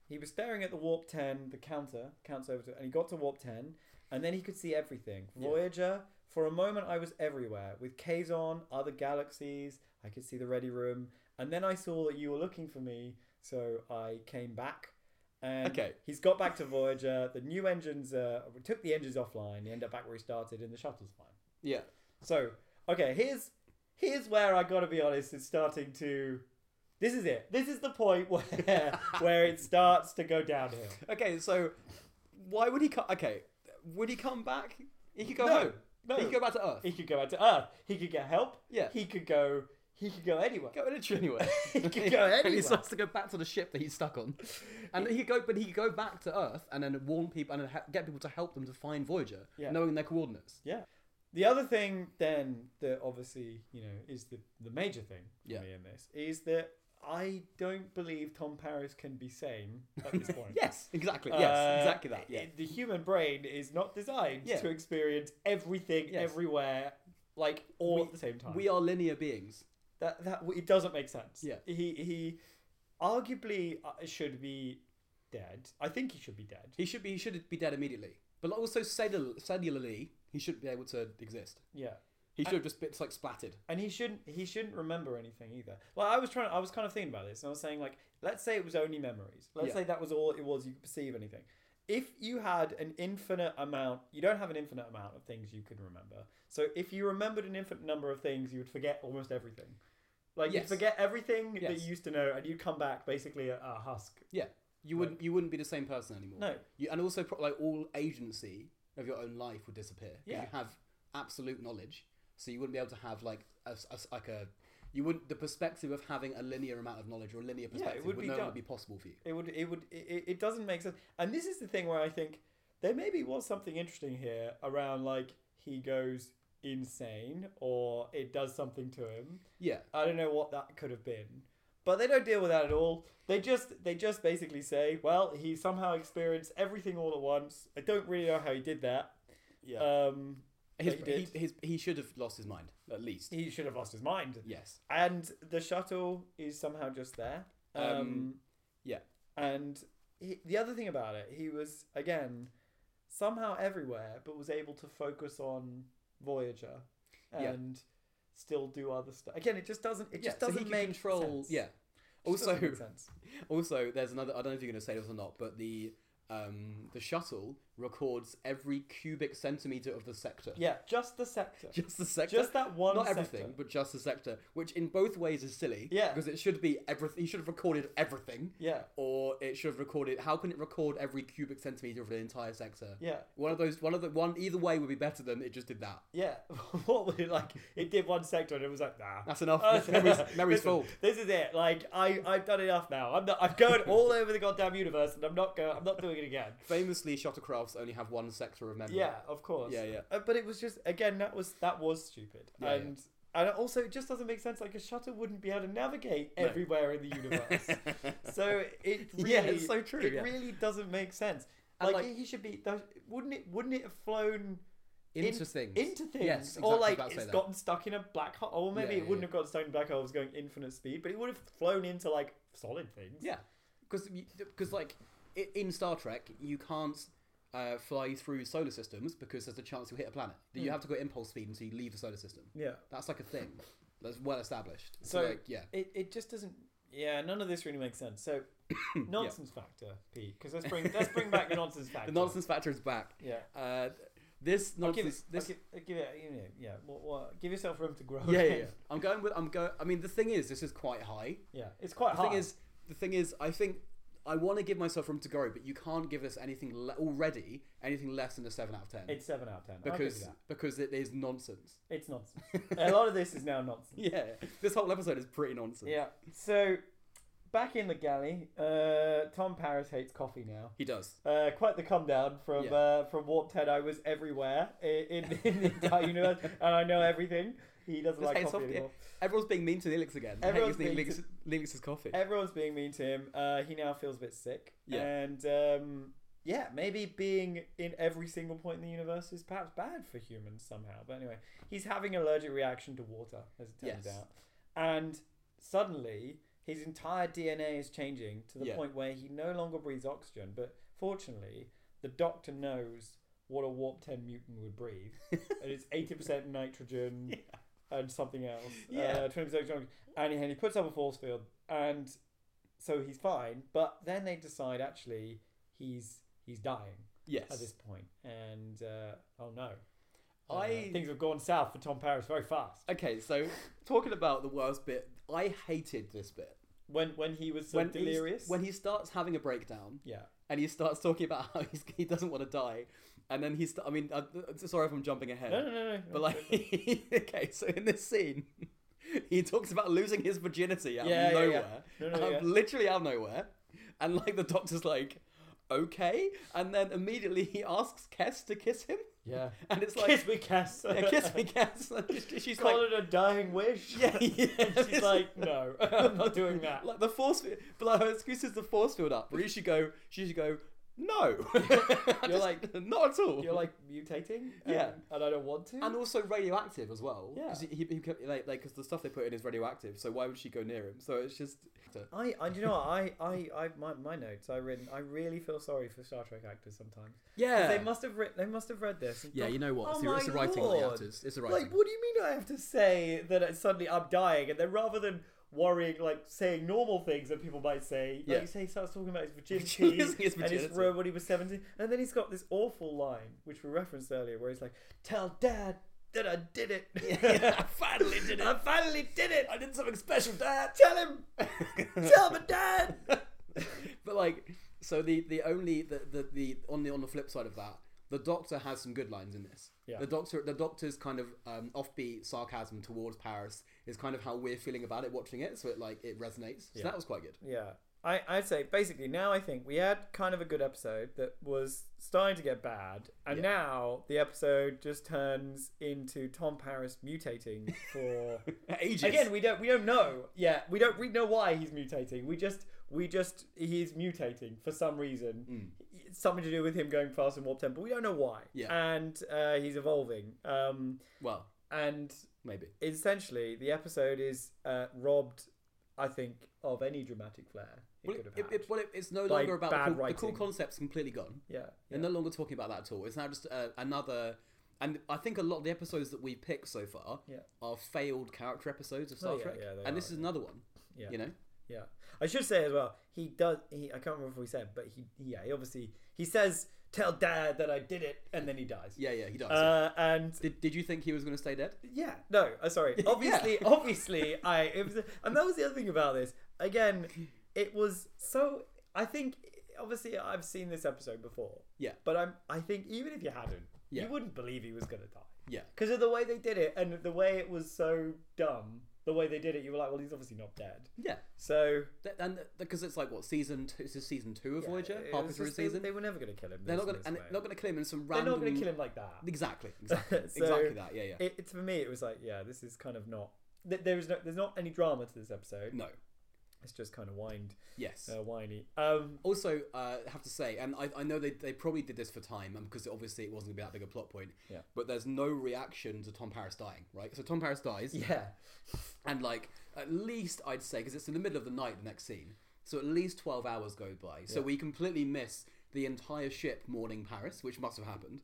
Speaker 2: he was staring at the warp ten, the counter counts over to, and he got to warp ten, and then he could see everything. Voyager. For a moment, I was everywhere with Kazon, other galaxies. I could see the ready room, and then I saw that you were looking for me, so I came back. And
Speaker 1: Okay.
Speaker 2: he's got back to Voyager. The new engines uh, took the engines offline. He ended up back where he started, and the shuttle's fine.
Speaker 1: yeah.
Speaker 2: So, okay, here's here's where I gotta be honest. It's starting to. This is it. This is the point where where it starts to go downhill.
Speaker 1: Okay, so why would he come? Okay, would he come back? He could go
Speaker 2: No,
Speaker 1: home.
Speaker 2: no.
Speaker 1: he could go back to Earth.
Speaker 2: He could go back to Earth. He could get help.
Speaker 1: Yeah.
Speaker 2: He could go. He could go anywhere.
Speaker 1: Go literally anywhere.
Speaker 2: He could go
Speaker 1: And he
Speaker 2: anywhere.
Speaker 1: starts to go back to the ship that he's stuck on, and he could go, but he could go back to Earth and then warn people and then ha- get people to help them to find Voyager,
Speaker 2: Yeah.
Speaker 1: knowing their coordinates.
Speaker 2: Yeah. The other thing then that obviously, you know, is the, the major thing for
Speaker 1: Yeah.
Speaker 2: me in this is that I don't believe Tom Paris can be sane at this point.
Speaker 1: Yes, exactly. Yes,
Speaker 2: Uh,
Speaker 1: exactly that. Yeah.
Speaker 2: it- The human brain is not designed
Speaker 1: Yeah.
Speaker 2: to experience everything
Speaker 1: Yes.
Speaker 2: everywhere like all
Speaker 1: We-
Speaker 2: at the same time.
Speaker 1: We are linear beings.
Speaker 2: that that it doesn't make sense.
Speaker 1: Yeah.
Speaker 2: He he arguably uh, should be dead. I think he should be dead.
Speaker 1: He should be. He should be dead immediately. But also cellul- cellularly, he shouldn't be able to exist.
Speaker 2: Yeah.
Speaker 1: He should have just been like splatted.
Speaker 2: and he shouldn't he shouldn't remember anything either like i was trying i was kind of thinking about this and i was saying like let's say it was only memories let's
Speaker 1: Yeah.
Speaker 2: say that was all it was you could perceive anything if you had an infinite amount you don't have an infinite amount of things you can remember so if you remembered an infinite number of things you would forget almost everything like
Speaker 1: Yes.
Speaker 2: you'd forget everything that
Speaker 1: Yes.
Speaker 2: you used to know and you'd come back basically a, a husk
Speaker 1: Yeah, you wouldn't. You wouldn't be the same person anymore.
Speaker 2: No.
Speaker 1: You, and also, pro- like all agency of your own life would disappear.
Speaker 2: Yeah.
Speaker 1: You have absolute knowledge, so you wouldn't be able to have like a, s- a s- like a. You wouldn't. The perspective of having a linear amount of knowledge or a linear perspective
Speaker 2: would
Speaker 1: would,
Speaker 2: be
Speaker 1: no
Speaker 2: done.
Speaker 1: longer be possible for you.
Speaker 2: it would it would it, it doesn't make sense and this is the thing where i think there maybe was something interesting here around like he goes insane or it does something to him
Speaker 1: Yeah.
Speaker 2: i don't know what that could have been but they don't deal with that at all they just they just basically say well he somehow experienced everything all at once i don't really know how he did that
Speaker 1: Yeah.
Speaker 2: um
Speaker 1: his,
Speaker 2: but he
Speaker 1: he,
Speaker 2: did.
Speaker 1: his, he should have lost his mind at least.
Speaker 2: he should have lost his mind
Speaker 1: yes.
Speaker 2: and the shuttle is somehow just there Um,
Speaker 1: Um, yeah.
Speaker 2: And he, the other thing about it, he was again somehow everywhere, but was able to focus on Voyager
Speaker 1: Yeah.
Speaker 2: and still do other stuff. Again, it just doesn't. It
Speaker 1: yeah,
Speaker 2: just
Speaker 1: so he
Speaker 2: doesn't
Speaker 1: can
Speaker 2: make
Speaker 1: control.
Speaker 2: sense.
Speaker 1: Yeah.
Speaker 2: It just doesn't
Speaker 1: Also,
Speaker 2: make sense.
Speaker 1: also, there's another. I don't know if you're going to say this or not, but the um, the shuttle records every cubic centimeter of the sector.
Speaker 2: Yeah, just the sector.
Speaker 1: Just the sector.
Speaker 2: Just that one
Speaker 1: Not
Speaker 2: sector.
Speaker 1: everything, but just the sector, which in both ways is silly.
Speaker 2: Yeah.
Speaker 1: Because it should be everything. You should have recorded everything.
Speaker 2: Yeah.
Speaker 1: Or it should have recorded. How can it record every cubic centimeter of the entire sector?
Speaker 2: Yeah.
Speaker 1: One of those. One of the. One either way would be better than it just did that.
Speaker 2: Yeah, what would it like? It did one sector and it was like, nah.
Speaker 1: That's enough.
Speaker 2: Uh,
Speaker 1: Mary's, Mary's
Speaker 2: listen,
Speaker 1: fault.
Speaker 2: This is it. Like I, I've done enough now. I'm not. I'm going all over the goddamn universe, and I'm not going. I'm not doing it again.
Speaker 1: Famously, shuttlecrafts only have one sector of memory.
Speaker 2: Yeah, of course.
Speaker 1: Yeah, yeah.
Speaker 2: Uh, but it was just again that was that was stupid,
Speaker 1: Yeah,
Speaker 2: and and also it just doesn't make sense. Like a shuttle wouldn't be able to navigate
Speaker 1: No.
Speaker 2: everywhere in the universe. so it really,
Speaker 1: Yeah, it's so true,
Speaker 2: It
Speaker 1: yeah.
Speaker 2: really doesn't make sense.
Speaker 1: And,
Speaker 2: Like,
Speaker 1: like-
Speaker 2: he should be. Wouldn't it? Wouldn't it have flown? in-
Speaker 1: Into things.
Speaker 2: Into things.
Speaker 1: Yes,
Speaker 2: or
Speaker 1: exactly,
Speaker 2: like
Speaker 1: about to say
Speaker 2: it's
Speaker 1: that.
Speaker 2: gotten stuck in a black hole. Or maybe
Speaker 1: Yeah,
Speaker 2: it
Speaker 1: yeah,
Speaker 2: wouldn't
Speaker 1: yeah.
Speaker 2: have gotten stuck in black holes going infinite speed, but it would have flown into like solid things.
Speaker 1: Yeah, because because like i- in Star Trek, you can't uh, fly through solar systems because there's a chance you'll hit a planet. You
Speaker 2: Hmm.
Speaker 1: have to go at impulse speed until you leave the solar system.
Speaker 2: Yeah.
Speaker 1: That's like a thing that's well established. So,
Speaker 2: So
Speaker 1: like, yeah,
Speaker 2: It, it just doesn't. Yeah, none of this really makes sense. So nonsense factor, Pete. Because let's bring let's bring back the nonsense factor.
Speaker 1: the nonsense factor is back.
Speaker 2: Yeah.
Speaker 1: Uh, this
Speaker 2: I'll give, it,
Speaker 1: nonsense.
Speaker 2: I'll
Speaker 1: This
Speaker 2: give, I'll give it. You know, yeah. What, what, give yourself room to grow.
Speaker 1: yeah, yeah,
Speaker 2: again.
Speaker 1: yeah. I'm going with. I'm go. I mean, the thing is, this is quite high.
Speaker 2: Yeah, It's quite
Speaker 1: The
Speaker 2: hard.
Speaker 1: thing is, the thing is, I think. I want to give myself room to grow, but you can't give us anything le- already, anything less than a seven out of ten
Speaker 2: it's seven out of ten. I'll give you
Speaker 1: because
Speaker 2: that.
Speaker 1: because it is nonsense.
Speaker 2: it's nonsense. a lot of this is now nonsense.
Speaker 1: Yeah, this whole episode is pretty nonsense.
Speaker 2: Yeah. So back in the galley, uh, Tom Paris hates coffee now.
Speaker 1: He does.
Speaker 2: Uh, quite the come down from
Speaker 1: Yeah.
Speaker 2: uh, from Warp Ten. I was everywhere i- in, in the entire universe, and I know everything. He doesn't
Speaker 1: Just
Speaker 2: like
Speaker 1: hates
Speaker 2: coffee
Speaker 1: coffee.
Speaker 2: anymore.
Speaker 1: Everyone's being mean to Neelix again.
Speaker 2: Everyone's
Speaker 1: Everyone's being
Speaker 2: being
Speaker 1: Neelix, Neelix's coffee.
Speaker 2: Everyone's being mean to him. Uh, he now feels a bit sick.
Speaker 1: Yeah.
Speaker 2: And um, yeah, maybe being in every single point in the universe is perhaps bad for humans somehow. But anyway, he's having an allergic reaction to water, as it turns
Speaker 1: Yes.
Speaker 2: out. And suddenly, his entire DNA is changing to the
Speaker 1: Yeah.
Speaker 2: point where he no longer breathes oxygen. But fortunately, the doctor knows what a Warp 10 mutant would breathe. and it's 80% nitrogen and something else.
Speaker 1: Yeah.
Speaker 2: Uh, 20% drunk. And he, and he puts up a force field. And so he's fine. But then they decide actually he's he's dying at this
Speaker 1: yes.
Speaker 2: point. And uh, oh no. Uh,
Speaker 1: I-
Speaker 2: Things have gone south for Tom Paris very fast.
Speaker 1: Okay, so talking about the worst bit, I hated this bit.
Speaker 2: When when he was so
Speaker 1: when he's-
Speaker 2: delirious.
Speaker 1: when he starts having a breakdown
Speaker 2: yeah.
Speaker 1: and he starts talking about how he's, he doesn't want to die, and then he's. I mean, uh, sorry if I'm jumping ahead.
Speaker 2: No, no, no, no.
Speaker 1: But like, okay, so in this scene, he talks about losing his virginity out
Speaker 2: Yeah,
Speaker 1: of
Speaker 2: yeah, yeah.
Speaker 1: nowhere,
Speaker 2: No, no,
Speaker 1: out-
Speaker 2: yeah.
Speaker 1: literally out of nowhere, and like the doctor's like, okay, and then immediately he asks Kes to kiss him,
Speaker 2: yeah.
Speaker 1: and it's like,
Speaker 2: Kiss me, Cass.
Speaker 1: yeah, kiss me, Kes. And she- she's
Speaker 2: Call
Speaker 1: like,
Speaker 2: it a dying wish.
Speaker 1: yeah, yeah.
Speaker 2: and she's like, no, I'm not doing that.
Speaker 1: Like the force, field, but like her excuse is the force field up. But you should go. She should go. No,
Speaker 2: You're like-
Speaker 1: not at all.
Speaker 2: You're like mutating, and,
Speaker 1: Yeah.
Speaker 2: and I don't want to.
Speaker 1: and also radioactive as well.
Speaker 2: Yeah.
Speaker 1: 'Cause he, he, he kept- like like because the stuff they put in is radioactive. So why would she go near him? So it's just
Speaker 2: I, I, do you know what? I, I, I, my, my notes I written. I really feel sorry for Star Trek actors sometimes. 'Cause
Speaker 1: yeah.
Speaker 2: They must have written. They must have read this. and
Speaker 1: yeah,
Speaker 2: thought,
Speaker 1: you know what?
Speaker 2: Oh
Speaker 1: it's, the, it's the
Speaker 2: my
Speaker 1: writing of the
Speaker 2: lord."
Speaker 1: actors. It's the writing.
Speaker 2: Like, what do you mean I have to say that it's suddenly I'm dying? And then rather than worrying, like saying normal things that people might say,
Speaker 1: Yeah.
Speaker 2: like you say, he starts talking about his
Speaker 1: Losing
Speaker 2: virginity,
Speaker 1: his
Speaker 2: and his
Speaker 1: virginity.
Speaker 2: robe when he was 17. And then he's got this awful line, which we referenced earlier, where he's like, Tell dad that I did it.
Speaker 1: I finally did it.
Speaker 2: I finally did it.
Speaker 1: I did something special, Dad.
Speaker 2: Tell him. Tell my dad.
Speaker 1: but like, so the the only the, the the on the on the flip side of that, the Doctor has some good lines in this.
Speaker 2: Yeah.
Speaker 1: The Doctor the Doctor's kind of um, offbeat sarcasm towards Paris is kind of how we're feeling about it watching it. So it like it resonates. So that was quite good.
Speaker 2: Yeah. I, I'd say basically now I think we had kind of a good episode that was starting to get bad, and now the episode just turns into Tom Paris mutating for
Speaker 1: Ages.
Speaker 2: again we don't we don't know yeah we don't we know why he's mutating we just we just he's mutating for some reason it's something to do with him going fast in warp 10 but we don't know why
Speaker 1: Yeah.
Speaker 2: and uh, he's evolving um
Speaker 1: well,
Speaker 2: and
Speaker 1: maybe.
Speaker 2: essentially the episode is uh, robbed i think of any dramatic flair it
Speaker 1: Well,
Speaker 2: could have
Speaker 1: it,
Speaker 2: had.
Speaker 1: it, well, it- it's no
Speaker 2: By
Speaker 1: longer about the
Speaker 2: bad
Speaker 1: cool, the cool
Speaker 2: writing.
Speaker 1: concept's completely gone.
Speaker 2: yeah, yeah.
Speaker 1: They're no longer talking about that at all. It's now just uh, another. And I think a lot of the episodes that we've picked so far
Speaker 2: Yeah.
Speaker 1: are failed character episodes of Star
Speaker 2: Oh, yeah,
Speaker 1: Trek.
Speaker 2: yeah, they
Speaker 1: and this
Speaker 2: are,
Speaker 1: is
Speaker 2: yeah.
Speaker 1: another one.
Speaker 2: Yeah.
Speaker 1: You know?
Speaker 2: Yeah, I should say as well. He does. He I can't remember if we said, but he yeah. He obviously he says, "Tell Dad that I did it," and then he dies.
Speaker 1: Yeah, yeah, he does.
Speaker 2: Uh, and
Speaker 1: did, did you think he was going to stay dead?
Speaker 2: yeah, no, uh, sorry. Obviously, obviously, I. It was, and that was the other thing about this. Again, it was so. I think obviously I've seen this episode before.
Speaker 1: Yeah.
Speaker 2: But I'm. I think even if you hadn't,
Speaker 1: Yeah.
Speaker 2: you wouldn't believe he was gonna die
Speaker 1: Yeah.
Speaker 2: because of the way they did it and the way it was so dumb. The way they did it, you were like, well, he's obviously not dead.
Speaker 1: Yeah.
Speaker 2: So
Speaker 1: Th- and because it's like what season two? This is season two of Voyager,
Speaker 2: it
Speaker 1: halfway
Speaker 2: was
Speaker 1: through the
Speaker 2: just they-
Speaker 1: season.
Speaker 2: They, were never going to kill him.
Speaker 1: They're not
Speaker 2: this-
Speaker 1: gonna
Speaker 2: this
Speaker 1: and
Speaker 2: way.
Speaker 1: they're not gonna kill him in some
Speaker 2: They're
Speaker 1: random.
Speaker 2: not going to kill him like that.
Speaker 1: Exactly, exactly,
Speaker 2: So,
Speaker 1: exactly that. Yeah, yeah.
Speaker 2: It, it- for me, it was like, yeah, this is kind of not. th- There is no, there's not any drama to this episode.
Speaker 1: no,
Speaker 2: It's just kind of whined,
Speaker 1: yes.
Speaker 2: uh, whiny. Um,
Speaker 1: Also, uh, I have to say, and I, I know they, they probably did this for time, and because obviously it wasn't going to be that big a plot point.
Speaker 2: Yeah.
Speaker 1: But there's no reaction to Tom Paris dying, right? So Tom Paris dies,
Speaker 2: yeah,
Speaker 1: and like at least I'd say because it's in the middle of the night, the next scene. So at least twelve hours go by. So we completely miss the entire ship mourning Paris, which must have happened,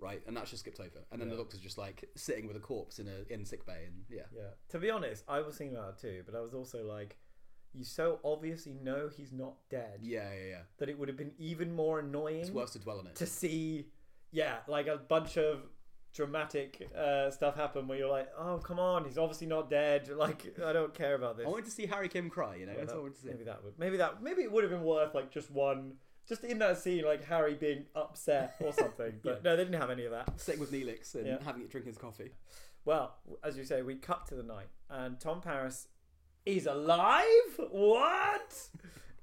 Speaker 1: right? And that's just skipped over. And then the doctor's just like sitting with a corpse in a in sick bay, and yeah,
Speaker 2: yeah. To be honest, I was thinking about it too, but I was also like, you so obviously know he's not dead
Speaker 1: yeah, yeah, yeah.
Speaker 2: that it would have been even more annoying.
Speaker 1: It's worse to dwell on it.
Speaker 2: to see, yeah, like a bunch of dramatic uh, stuff happen where you're like, oh, come on, he's obviously not dead. Like, I don't care about this.
Speaker 1: I wanted to see Harry Kim cry. You know, that's all I wanted to see.
Speaker 2: maybe that would, maybe that, maybe it would have been worth like just one, just in that scene, like Harry being upset or something. But no, they didn't have any of that.
Speaker 1: Sitting with Neelix and
Speaker 2: Yeah.
Speaker 1: having it drinking his coffee.
Speaker 2: Well, as you say, we cut to the night, and Tom Paris is alive. What?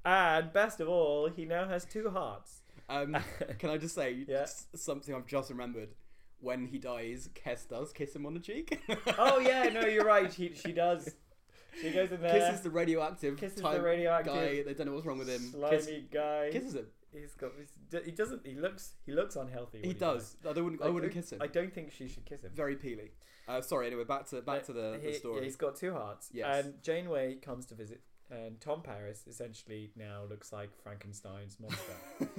Speaker 2: and best of all, he now has two hearts.
Speaker 1: Um, can I just say
Speaker 2: Yeah.
Speaker 1: s- something I've just remembered? When he dies, Kes does kiss him on the cheek.
Speaker 2: Oh yeah, no, you're right. She she does. She goes in there.
Speaker 1: Kisses the radioactive.
Speaker 2: Kisses the
Speaker 1: type
Speaker 2: radioactive
Speaker 1: guy. They don't know what's wrong with him.
Speaker 2: slimy
Speaker 1: Kiss-
Speaker 2: guy.
Speaker 1: kisses him.
Speaker 2: He's got. he's d- He doesn't. He looks. He looks unhealthy. when
Speaker 1: He does. I wouldn't. I, wouldn't
Speaker 2: don't-
Speaker 1: kiss him.
Speaker 2: I don't think she should kiss him.
Speaker 1: Very peely. Uh, sorry. Anyway, back to back to the,
Speaker 2: He-
Speaker 1: the story.
Speaker 2: He's got two hearts.
Speaker 1: Yes.
Speaker 2: And Janeway comes to visit, and Tom Paris essentially now looks like Frankenstein's monster.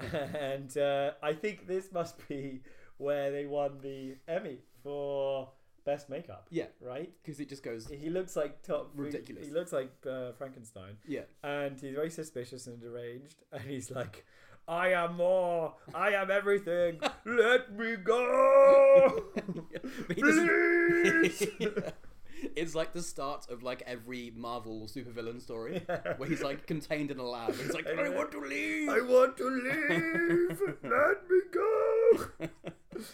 Speaker 2: and uh, I think this must be where they won the Emmy for best makeup.
Speaker 1: Yeah.
Speaker 2: Right.
Speaker 1: Because it just goes.
Speaker 2: He looks like top
Speaker 1: Ridiculous.
Speaker 2: He looks like uh, Frankenstein.
Speaker 1: Yeah.
Speaker 2: and he's very suspicious and deranged and he's like i am more i am everything let me go
Speaker 1: But he
Speaker 2: please
Speaker 1: doesn't- It's like the start of like every Marvel supervillain story, where he's like contained in a lab. and He's like, I want to leave.
Speaker 2: i want to leave let me go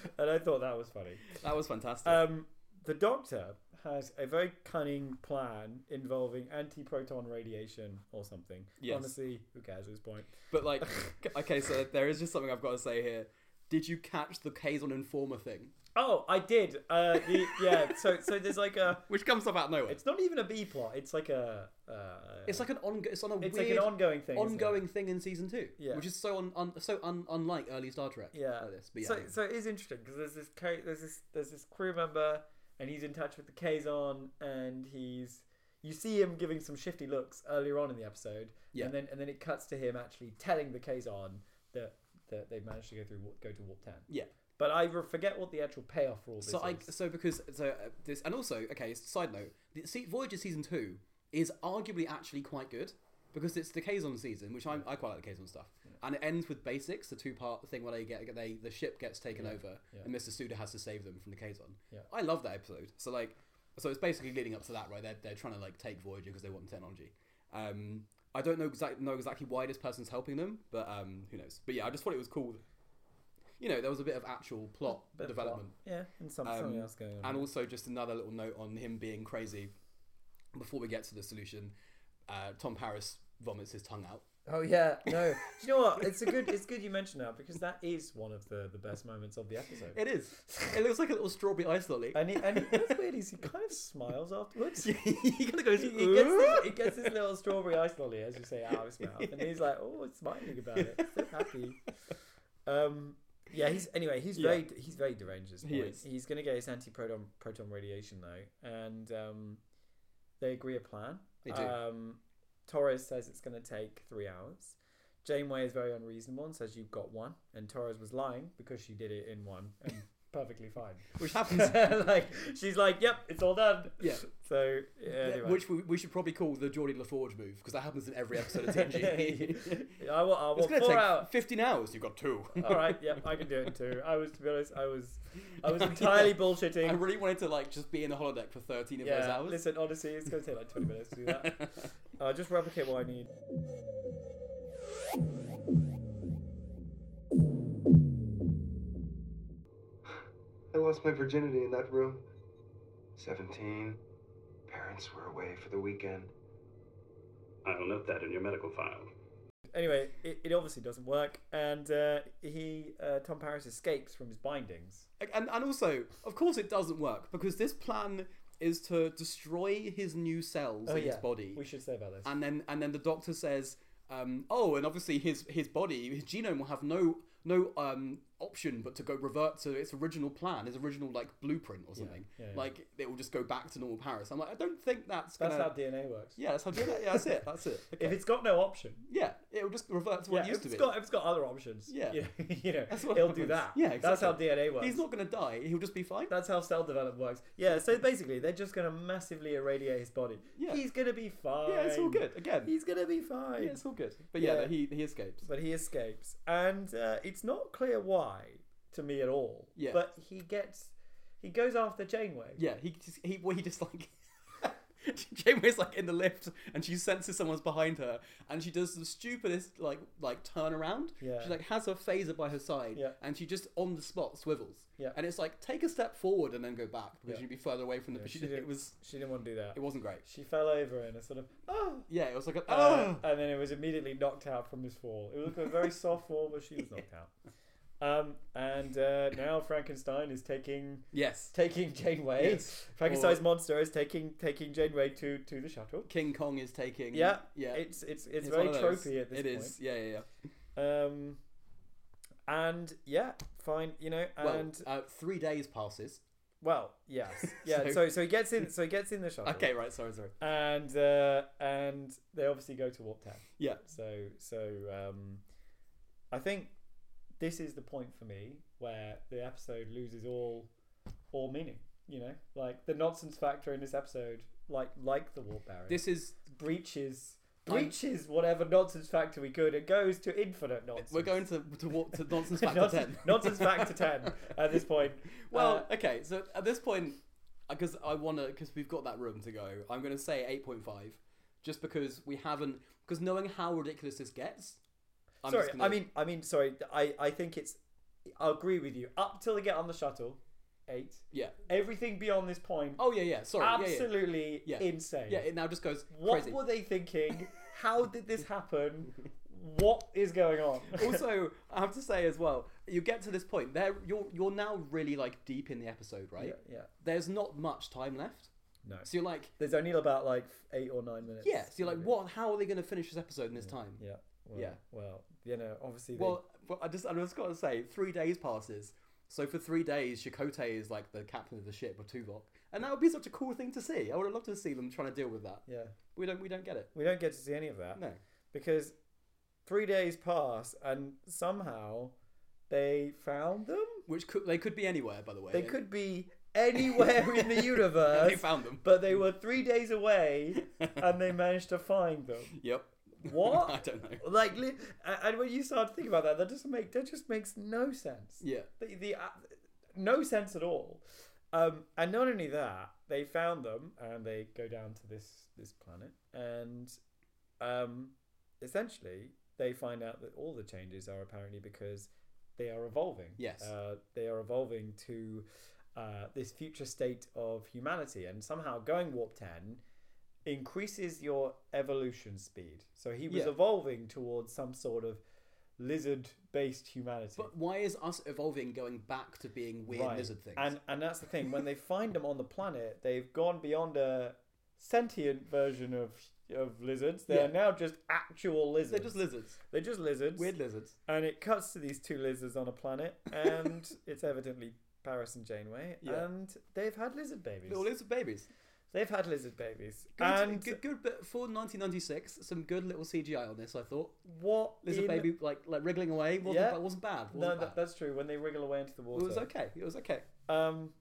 Speaker 2: and i thought that was funny
Speaker 1: that was fantastic.
Speaker 2: um, the doctor has a very cunning plan involving anti-proton radiation or something
Speaker 1: Yes.
Speaker 2: honestly who cares at this point
Speaker 1: But like, c- okay, so there is just something I've got to say here. Did you catch the Kazon Informer thing,
Speaker 2: oh i did uh, the, yeah so so there's like a
Speaker 1: which comes up out of nowhere? It's,
Speaker 2: It's not even a B plot. It's like a. Uh,
Speaker 1: like an ongo- It's on a
Speaker 2: it's like
Speaker 1: weird
Speaker 2: an ongoing thing. isn't it?
Speaker 1: ongoing thing in season two,
Speaker 2: Yeah.
Speaker 1: which is so un, un, so un, unlike early Star Trek.
Speaker 2: Yeah.
Speaker 1: like this. But yeah,
Speaker 2: So so it is interesting because there's this ca- there's this there's this crew member and he's in touch with the Kazon and he's you see him giving some shifty looks earlier on in the episode.
Speaker 1: Yeah.
Speaker 2: And then and then it cuts to him actually telling the Kazon that that they've managed to go through wa- go to warp ten.
Speaker 1: yeah.
Speaker 2: But I re- forget what the actual payoff for all this
Speaker 1: So I
Speaker 2: is.
Speaker 1: so because so uh, this and also okay. Side note: the, see, Voyager season two is arguably actually quite good because it's the Kazon season, which I'm, I quite like the Kazon stuff, and it ends with basics, the two part thing where they get they the ship gets taken over and Mister Suda has to save them from the Kazon.
Speaker 2: Yeah.
Speaker 1: I love that episode. So like, so it's basically leading up to that, right? They're they're trying to like take Voyager because they want technology. Um, I don't know exactly know exactly why this person's helping them, but um, who knows? But yeah, I just thought it was cool. You know, there was a bit of actual plot
Speaker 2: Bit of plot.
Speaker 1: development.
Speaker 2: Yeah, and some,
Speaker 1: Um,
Speaker 2: something else going on.
Speaker 1: And also, just another little note on him being crazy. Before we get to the solution, uh, Tom Paris vomits his tongue out.
Speaker 2: Oh yeah, no. Do you know what? It's a good. It's good you mentioned that because that is one of the the best moments of the episode.
Speaker 1: It is. It looks like a little strawberry ice lolly.
Speaker 2: and he, and he, what's weird is he kind of smiles afterwards.
Speaker 1: he kind of goes.
Speaker 2: He gets, this, he gets this little strawberry ice lolly, as you say, out of his mouth, and he's like, "Oh, it's smiling about it, so happy." Um, yeah, he's anyway. He's very he's very deranged. At this point.
Speaker 1: He is.
Speaker 2: He's gonna get his anti proton proton radiation though, and um, they agree a plan.
Speaker 1: They do.
Speaker 2: Um, Torres says it's going to take three hours. Janeway is very unreasonable and says you've got one, and Torres was lying because she did it in one and perfectly fine.
Speaker 1: Which happens.
Speaker 2: like she's like, "Yep, it's all done."
Speaker 1: Yeah.
Speaker 2: So yeah, anyway.
Speaker 1: Which we, we should probably call the Geordie LaForge move because that happens in every episode of TNG.
Speaker 2: E. I want, I
Speaker 1: it's going
Speaker 2: want
Speaker 1: to
Speaker 2: four
Speaker 1: take
Speaker 2: hours.
Speaker 1: 15 hours. You've got two.
Speaker 2: All right, yep, I can do it in two. I was, to be honest, I was, I was entirely
Speaker 1: I
Speaker 2: bullshitting.
Speaker 1: really wanted to like just be in the holodeck for 13 of those
Speaker 2: Yeah,
Speaker 1: hours.
Speaker 2: listen, honestly, it's going to take like twenty minutes to do that. Uh, just replicate what I need.
Speaker 4: I lost my virginity in that room. 17. Parents were away for the weekend.
Speaker 5: I'll note that in your medical file.
Speaker 2: Anyway, it, it obviously doesn't work, and uh, he, uh, Tom Paris, escapes from his bindings.
Speaker 1: and, and also, of course, it doesn't work because this plan is to destroy his new cells in his body.
Speaker 2: Oh, We should say about this.
Speaker 1: Oh, and then and then the doctor says, um, "Oh, and obviously his his body, his genome will have no no um, option but to go revert to its original plan, his original like blueprint or something.
Speaker 2: yeah, yeah.
Speaker 1: Like it will just go back to normal Paris." I'm like, I don't think that's
Speaker 2: That's
Speaker 1: gonna.
Speaker 2: how DNA works.
Speaker 1: yeah, that's how. DNA Yeah, that's it. That's it. Okay.
Speaker 2: If it's got no option,
Speaker 1: yeah, it will just revert to what it
Speaker 2: yeah, if
Speaker 1: used
Speaker 2: it's
Speaker 1: to be.
Speaker 2: got if it's got other options,
Speaker 1: Yeah.
Speaker 2: you know, you know
Speaker 1: That's what
Speaker 2: he'll do
Speaker 1: happens.
Speaker 2: that.
Speaker 1: Yeah,
Speaker 2: that's how
Speaker 1: exactly.
Speaker 2: DNA works.
Speaker 1: He's not gonna die. He'll just be fine.
Speaker 2: That's how cell development works. Yeah, so basically, they're just going to massively irradiate his body.
Speaker 1: Yeah.
Speaker 2: He's going to be fine.
Speaker 1: yeah, it's all good. Again,
Speaker 2: He's going to be fine.
Speaker 1: yeah, it's all good. But yeah,
Speaker 2: Yeah.
Speaker 1: no, he he escapes.
Speaker 2: But he escapes. And uh, it's not clear why to me at all.
Speaker 1: Yeah.
Speaker 2: But he gets. He goes after Janeway.
Speaker 1: Yeah, he just he well, he just like Janeway's like in the lift and she senses someone's behind her and she does the stupidest like like turnaround.
Speaker 2: Yeah.
Speaker 1: She like has her phaser by her side
Speaker 2: Yeah.
Speaker 1: and she just on the spot swivels.
Speaker 2: Yeah.
Speaker 1: And it's like take a step forward and then go back because
Speaker 2: Yeah.
Speaker 1: you'd be further away from the. but
Speaker 2: she
Speaker 1: she,
Speaker 2: didn't-
Speaker 1: it was
Speaker 2: She didn't want to do that.
Speaker 1: it wasn't great.
Speaker 2: She fell over in a sort of. Oh!
Speaker 1: Yeah, it was like a,
Speaker 2: Uh,
Speaker 1: oh!
Speaker 2: and then it was immediately knocked out from his fall. It was a very soft fall, but she was knocked out. Um, and uh, now Frankenstein is taking
Speaker 1: yes.
Speaker 2: taking Janeway.
Speaker 1: Yes.
Speaker 2: Frankenstein's
Speaker 1: Or-
Speaker 2: monster is taking taking Janeway to to the shuttle.
Speaker 1: King Kong is taking.
Speaker 2: Yeah,
Speaker 1: yeah.
Speaker 2: It's it's it's,
Speaker 1: He's
Speaker 2: very
Speaker 1: one of those.
Speaker 2: tropey at this
Speaker 1: It
Speaker 2: point.
Speaker 1: is. Yeah, yeah, yeah.
Speaker 2: Um, and yeah, fine. You know, and well,
Speaker 1: well, uh, three days passes.
Speaker 2: yes, yeah. so,
Speaker 1: So-
Speaker 2: so he gets in. So he gets in the shuttle.
Speaker 1: Okay, right. Sorry, sorry.
Speaker 2: And uh, and they obviously go to Warp Town.
Speaker 1: Yeah.
Speaker 2: So so um, I think this is the point for me where the episode loses all all meaning. You know, like the nonsense factor in this episode, like like the warp barrier,
Speaker 1: This is
Speaker 2: breaches breaches whatever nonsense factor we could. It goes to infinite nonsense.
Speaker 1: we're going to to walk to nonsense back to
Speaker 2: nonsense,
Speaker 1: ten.
Speaker 2: nonsense factor ten at this point.
Speaker 1: Well,
Speaker 2: Uh,
Speaker 1: okay. So at this point, because I want to, because we've got that room to go, I'm going to say eight point five, just because we haven't, because knowing how ridiculous this gets. I'm
Speaker 2: sorry,
Speaker 1: just gonna-
Speaker 2: I mean, I mean, sorry. I I think it's. I agree with you. Up till they get on the shuttle, eight.
Speaker 1: yeah.
Speaker 2: Everything beyond this point,
Speaker 1: Oh yeah, yeah. Sorry. Yeah,
Speaker 2: absolutely
Speaker 1: yeah.
Speaker 2: insane.
Speaker 1: yeah. yeah, it now just goes
Speaker 2: what
Speaker 1: crazy.
Speaker 2: were they thinking? How did this happen? What is going on?
Speaker 1: also, I have to say as well, you get to this point, there you're you're now really like deep in the episode, right?
Speaker 2: yeah, yeah.
Speaker 1: There's not much time left,
Speaker 2: No.
Speaker 1: so you're like,
Speaker 2: There's only about like eight or nine minutes.
Speaker 1: yeah. So you're like, what? How are they going to finish this episode in this time?
Speaker 2: Yeah. Well,
Speaker 1: Yeah.
Speaker 2: Well, you know, obviously. They,
Speaker 1: Well, but I just I just got to say, three days passes. So for three days, Chakotay is like the captain of the ship of Tuvok, and that would be such a cool thing to see. I would have loved to see them trying to deal with that.
Speaker 2: yeah.
Speaker 1: We don't we don't get it.
Speaker 2: We don't get to see any of that.
Speaker 1: No.
Speaker 2: Because three days pass and somehow they found them.
Speaker 1: Which could they could be anywhere, by the way.
Speaker 2: They could be anywhere in the universe.
Speaker 1: They found them.
Speaker 2: But they were three days away and they managed to find them.
Speaker 1: Yep.
Speaker 2: What?
Speaker 1: I don't know.
Speaker 2: Like, li- a- and when you start to think about that, that doesn't make that just makes no sense.
Speaker 1: Yeah.
Speaker 2: The, the uh, no sense at all. Um, and not only that, they found them and they go down to this this planet, and um, essentially they find out that all the changes are apparently because they are evolving.
Speaker 1: Yes.
Speaker 2: uh, they are evolving to uh, this future state of humanity, and somehow going warp ten increases your evolution speed. So he was
Speaker 1: Yeah.
Speaker 2: evolving towards some sort of lizard-based humanity.
Speaker 1: But why is us evolving going back to being weird lizard things?
Speaker 2: And and that's the thing. When they find them on the planet, they've gone beyond a sentient version of of lizards. They
Speaker 1: Yeah.
Speaker 2: are now just actual lizards.
Speaker 1: They're just lizards.
Speaker 2: They're just lizards.
Speaker 1: Weird lizards.
Speaker 2: And it cuts to these two lizards on a planet, and it's evidently Paris and Janeway,
Speaker 1: Yeah.
Speaker 2: and they've had lizard babies.
Speaker 1: Little lizard babies.
Speaker 2: They've had lizard babies.
Speaker 1: Good,
Speaker 2: and
Speaker 1: good, good, but for 1996, some good little CGI on this. I thought
Speaker 2: what
Speaker 1: lizard
Speaker 2: in-
Speaker 1: baby like like wriggling away wasn't
Speaker 2: Yeah.
Speaker 1: bad, wasn't bad. Wasn't
Speaker 2: No,
Speaker 1: bad.
Speaker 2: that, that's true. When they wriggle away into the
Speaker 1: it
Speaker 2: water,
Speaker 1: was okay. It was okay.
Speaker 2: Um,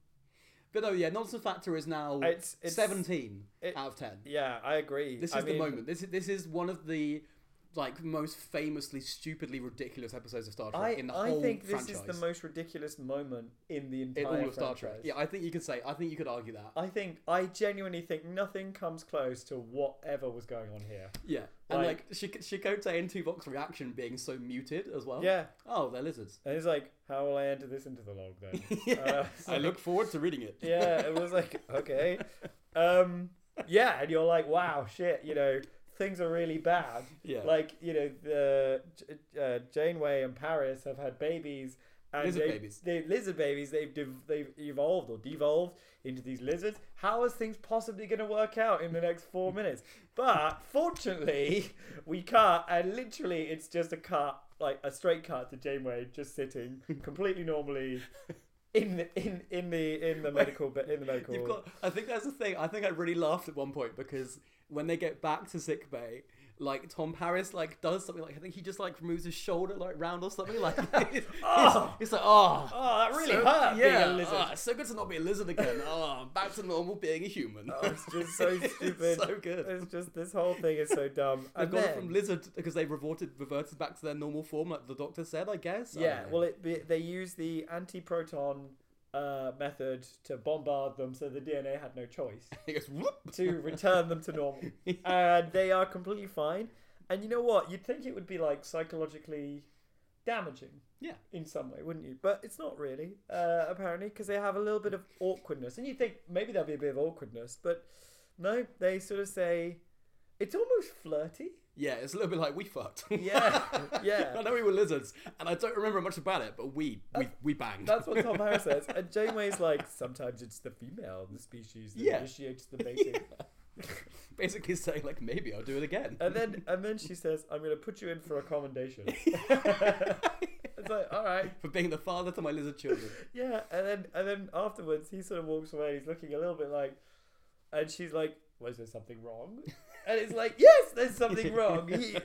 Speaker 1: But no, yeah, Nonsense Factor is now
Speaker 2: It's- it's-
Speaker 1: 17
Speaker 2: it-
Speaker 1: out of 10.
Speaker 2: yeah, I agree.
Speaker 1: This is
Speaker 2: I
Speaker 1: the
Speaker 2: mean,
Speaker 1: moment. This is this is one of the like most famously stupidly ridiculous episodes of Star Trek
Speaker 2: I,
Speaker 1: in the
Speaker 2: I
Speaker 1: whole
Speaker 2: think this
Speaker 1: franchise.
Speaker 2: is the most ridiculous moment in the entire
Speaker 1: in all of Star
Speaker 2: franchise. Uh,
Speaker 1: Trek. Yeah, I think you could say. I think you could argue that.
Speaker 2: I think I genuinely think nothing comes close to whatever was going on here.
Speaker 1: yeah, and like,
Speaker 2: like-
Speaker 1: Shik- Shikote and Tuvok's reaction being so muted as well.
Speaker 2: Yeah,
Speaker 1: Oh, they're lizards.
Speaker 2: and he's like, "How will I enter this into the log then?" Uh, it's
Speaker 1: I
Speaker 2: like-
Speaker 1: look forward to reading it.
Speaker 2: yeah, it was like, okay, um, yeah, and you're like, "Wow, shit," you know, things are really bad.
Speaker 1: Yeah.
Speaker 2: like you know, the J- uh, Janeway and Paris have had babies. And
Speaker 1: Lizard
Speaker 2: they,
Speaker 1: babies.
Speaker 2: They, lizard babies. They've dev- they've evolved or devolved into these lizards. How is things possibly going to work out in the next four minutes? But fortunately, we cut, and literally, it's just a cut, like a straight cut to Janeway just sitting completely normally in the, in in the in the medical be- in the medical.
Speaker 1: You've got. I think that's the thing. I think I really laughed at one point because when they get back to sick bay, like Tom Paris like does something like I think he just like moves his shoulder like round or something like. it's,
Speaker 2: Oh!
Speaker 1: it's like oh.
Speaker 2: Oh, that really
Speaker 1: so-
Speaker 2: hurt
Speaker 1: Yeah,
Speaker 2: being a lizard.
Speaker 1: ah, it's so good to not be a lizard again. oh, back to normal being a human.
Speaker 2: Oh, it's just so
Speaker 1: It's
Speaker 2: stupid. Uh,
Speaker 1: so good.
Speaker 2: It's just this whole thing is so dumb.
Speaker 1: They've
Speaker 2: And
Speaker 1: gone
Speaker 2: then-
Speaker 1: from lizard because they reverted reverted back to their normal form, like the doctor said. I guess. I
Speaker 2: yeah,
Speaker 1: don't know.
Speaker 2: well, it, be- they use the anti-proton uh, method to bombard them, so the DNA had no choice
Speaker 1: it goes whoop.
Speaker 2: to return them to normal, and they are completely fine. And you know what? You'd think it would be like psychologically damaging.
Speaker 1: Yeah.
Speaker 2: In some way, wouldn't you? But it's not really, uh, apparently, because they have a little bit of awkwardness. And you think maybe there'll be a bit of awkwardness, but no, they sort of say it's almost flirty.
Speaker 1: Yeah, it's a little bit like we fucked.
Speaker 2: Yeah, yeah.
Speaker 1: I know we were lizards, and I don't remember much about it, but we we, we banged.
Speaker 2: That's what Tom Harris says. And Janeway's like, sometimes it's the female of the species that
Speaker 1: Yeah.
Speaker 2: initiates the mating.
Speaker 1: Basically saying like maybe I'll do it again.
Speaker 2: And then and then she says, I'm gonna put you in for a commendation. it's like, alright.
Speaker 1: for being the father to my lizard children.
Speaker 2: Yeah. And then and then afterwards he sort of walks away, he's looking a little bit like and she's like, Was there something wrong? And it's like, Yes, there's something wrong. He,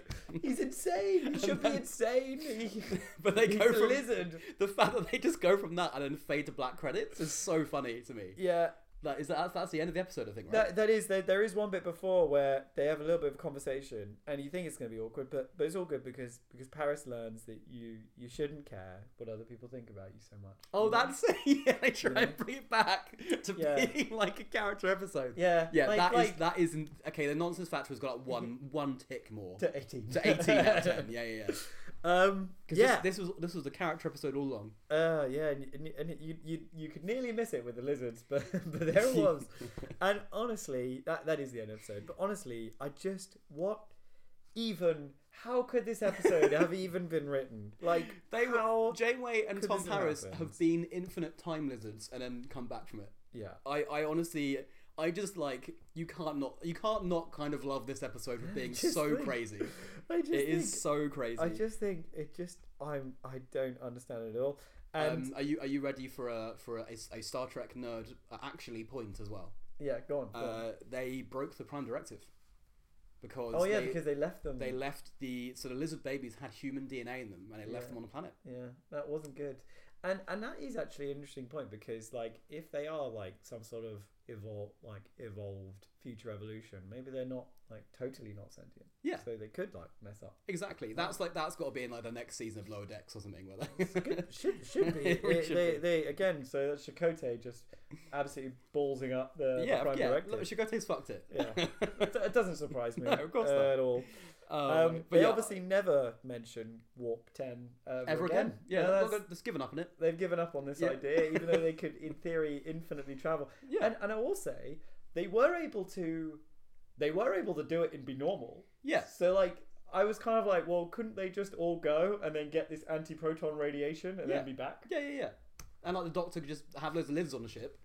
Speaker 2: he's insane. He should be insane. He,
Speaker 1: But they
Speaker 2: he's
Speaker 1: go
Speaker 2: a
Speaker 1: from
Speaker 2: lizard.
Speaker 1: the fact that they just go from that and then fade to black credits is so funny to me.
Speaker 2: Yeah.
Speaker 1: That is that that's the end of the episode, I think, right?
Speaker 2: That, that is there, there is one bit before where they have a little bit of conversation and you think it's going to be awkward but but it's all good because because Paris learns that you you shouldn't care what other people think about you so much.
Speaker 1: Oh,
Speaker 2: You know?
Speaker 1: that's yeah. They try
Speaker 2: Yeah.
Speaker 1: and bring it back to
Speaker 2: Yeah.
Speaker 1: being like a character episode.
Speaker 2: yeah
Speaker 1: yeah.
Speaker 2: like,
Speaker 1: that is
Speaker 2: like
Speaker 1: that is okay. The nonsense factor has got up one one tick more
Speaker 2: to eighteen
Speaker 1: to eighteen out of ten. Yeah, yeah, yeah.
Speaker 2: um
Speaker 1: Because
Speaker 2: yeah
Speaker 1: this, this was this was the character episode all along.
Speaker 2: uh yeah and, and, and you, you you could nearly miss it with the lizards but but there it was and honestly that that is the end episode but honestly I just what even. How could this episode have even been written? Like
Speaker 1: They
Speaker 2: how-
Speaker 1: were Janeway and
Speaker 2: could
Speaker 1: Tom
Speaker 2: this have
Speaker 1: Paris
Speaker 2: happened?
Speaker 1: have been infinite time lizards and then come back from it.
Speaker 2: yeah.
Speaker 1: I, I honestly I just like you can't not you can't not kind of love this episode for being
Speaker 2: Just
Speaker 1: so
Speaker 2: think-
Speaker 1: crazy.
Speaker 2: I just
Speaker 1: It
Speaker 2: think,
Speaker 1: is so crazy.
Speaker 2: I just think it just I'm I don't understand it at all. And
Speaker 1: um, are you are you ready for a for a, a Star Trek nerd uh, actually point as well?
Speaker 2: yeah, go on. Go on.
Speaker 1: Uh, they broke the Prime Directive because
Speaker 2: oh yeah,
Speaker 1: they,
Speaker 2: because they left them.
Speaker 1: they left the so the lizard babies had human DNA in them and they left
Speaker 2: Yeah.
Speaker 1: them on the planet.
Speaker 2: yeah, that wasn't good. And and that is actually an interesting point because like if they are like some sort of evol like evolved future evolution, maybe they're not like totally not sentient.
Speaker 1: Yeah.
Speaker 2: So they could like mess up.
Speaker 1: Exactly. That's like that's got to be in like the next season of Lower Decks or something. Where they
Speaker 2: Good. Should should be.
Speaker 1: It
Speaker 2: They-
Speaker 1: should
Speaker 2: they,
Speaker 1: be.
Speaker 2: they again. So that's Chakotay just absolutely ballsing up Uh, the, the
Speaker 1: yeah,
Speaker 2: prime
Speaker 1: yeah.
Speaker 2: directive.
Speaker 1: Look, Chicote's fucked it.
Speaker 2: Yeah. It- it doesn't surprise me
Speaker 1: No, of course
Speaker 2: uh,
Speaker 1: not.
Speaker 2: at all.
Speaker 1: Um,
Speaker 2: Um,
Speaker 1: but
Speaker 2: they
Speaker 1: yeah,
Speaker 2: obviously never mention Warp 10 ever,
Speaker 1: ever
Speaker 2: again.
Speaker 1: again. Yeah,
Speaker 2: No,
Speaker 1: no,
Speaker 2: that's-
Speaker 1: they've, just given up on it.
Speaker 2: they've given up on this
Speaker 1: Yeah.
Speaker 2: idea, even though they could, in theory, infinitely travel.
Speaker 1: Yeah.
Speaker 2: And, and I will say, they were able to, they were able to do it and be normal.
Speaker 1: Yeah.
Speaker 2: So like, I was kind of like, well, couldn't they just all go and then get this anti-proton radiation and
Speaker 1: Yeah.
Speaker 2: then be back?
Speaker 1: Yeah, yeah, yeah. And like the doctor could just have loads of lizards on the ship,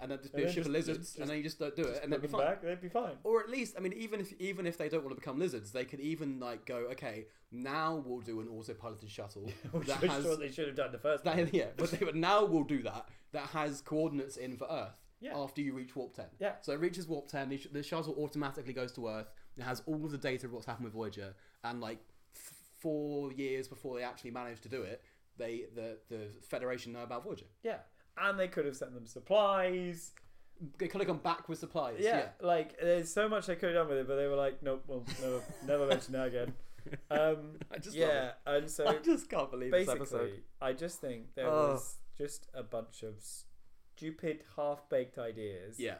Speaker 1: and then just be
Speaker 2: And
Speaker 1: a
Speaker 2: then
Speaker 1: ship of
Speaker 2: just-
Speaker 1: lizards,
Speaker 2: just-
Speaker 1: and then you just don't do it, and
Speaker 2: Put
Speaker 1: they'd be
Speaker 2: them
Speaker 1: fine.
Speaker 2: back, they'd be fine.
Speaker 1: Or at least, I mean, even if even if they don't want to become lizards, they could even like go, okay, now we'll do an autopiloted shuttle
Speaker 2: Which
Speaker 1: that
Speaker 2: is what
Speaker 1: has
Speaker 2: they should have done the first. time.
Speaker 1: that yeah, but they, but now we'll do that that has coordinates in for Earth.
Speaker 2: Yeah.
Speaker 1: after you reach warp 10.
Speaker 2: Yeah.
Speaker 1: So it reaches warp 10, the sh- the shuttle automatically goes to Earth. It has all of the data of what's happened with Voyager, and like f- four years before they actually managed to do it, they the, the Federation know about Voyager.
Speaker 2: Yeah. And they could have sent them supplies.
Speaker 1: They could have gone back with supplies.
Speaker 2: Yeah,
Speaker 1: Yeah.
Speaker 2: like there's so much they could have done with it, but they were like, nope, well, never, never mention that again. Um,
Speaker 1: I just love
Speaker 2: yeah, and so
Speaker 1: I just can't believe this episode.
Speaker 2: basically, I just think there
Speaker 1: Oh.
Speaker 2: was just a bunch of stupid, half-baked ideas,
Speaker 1: Yeah.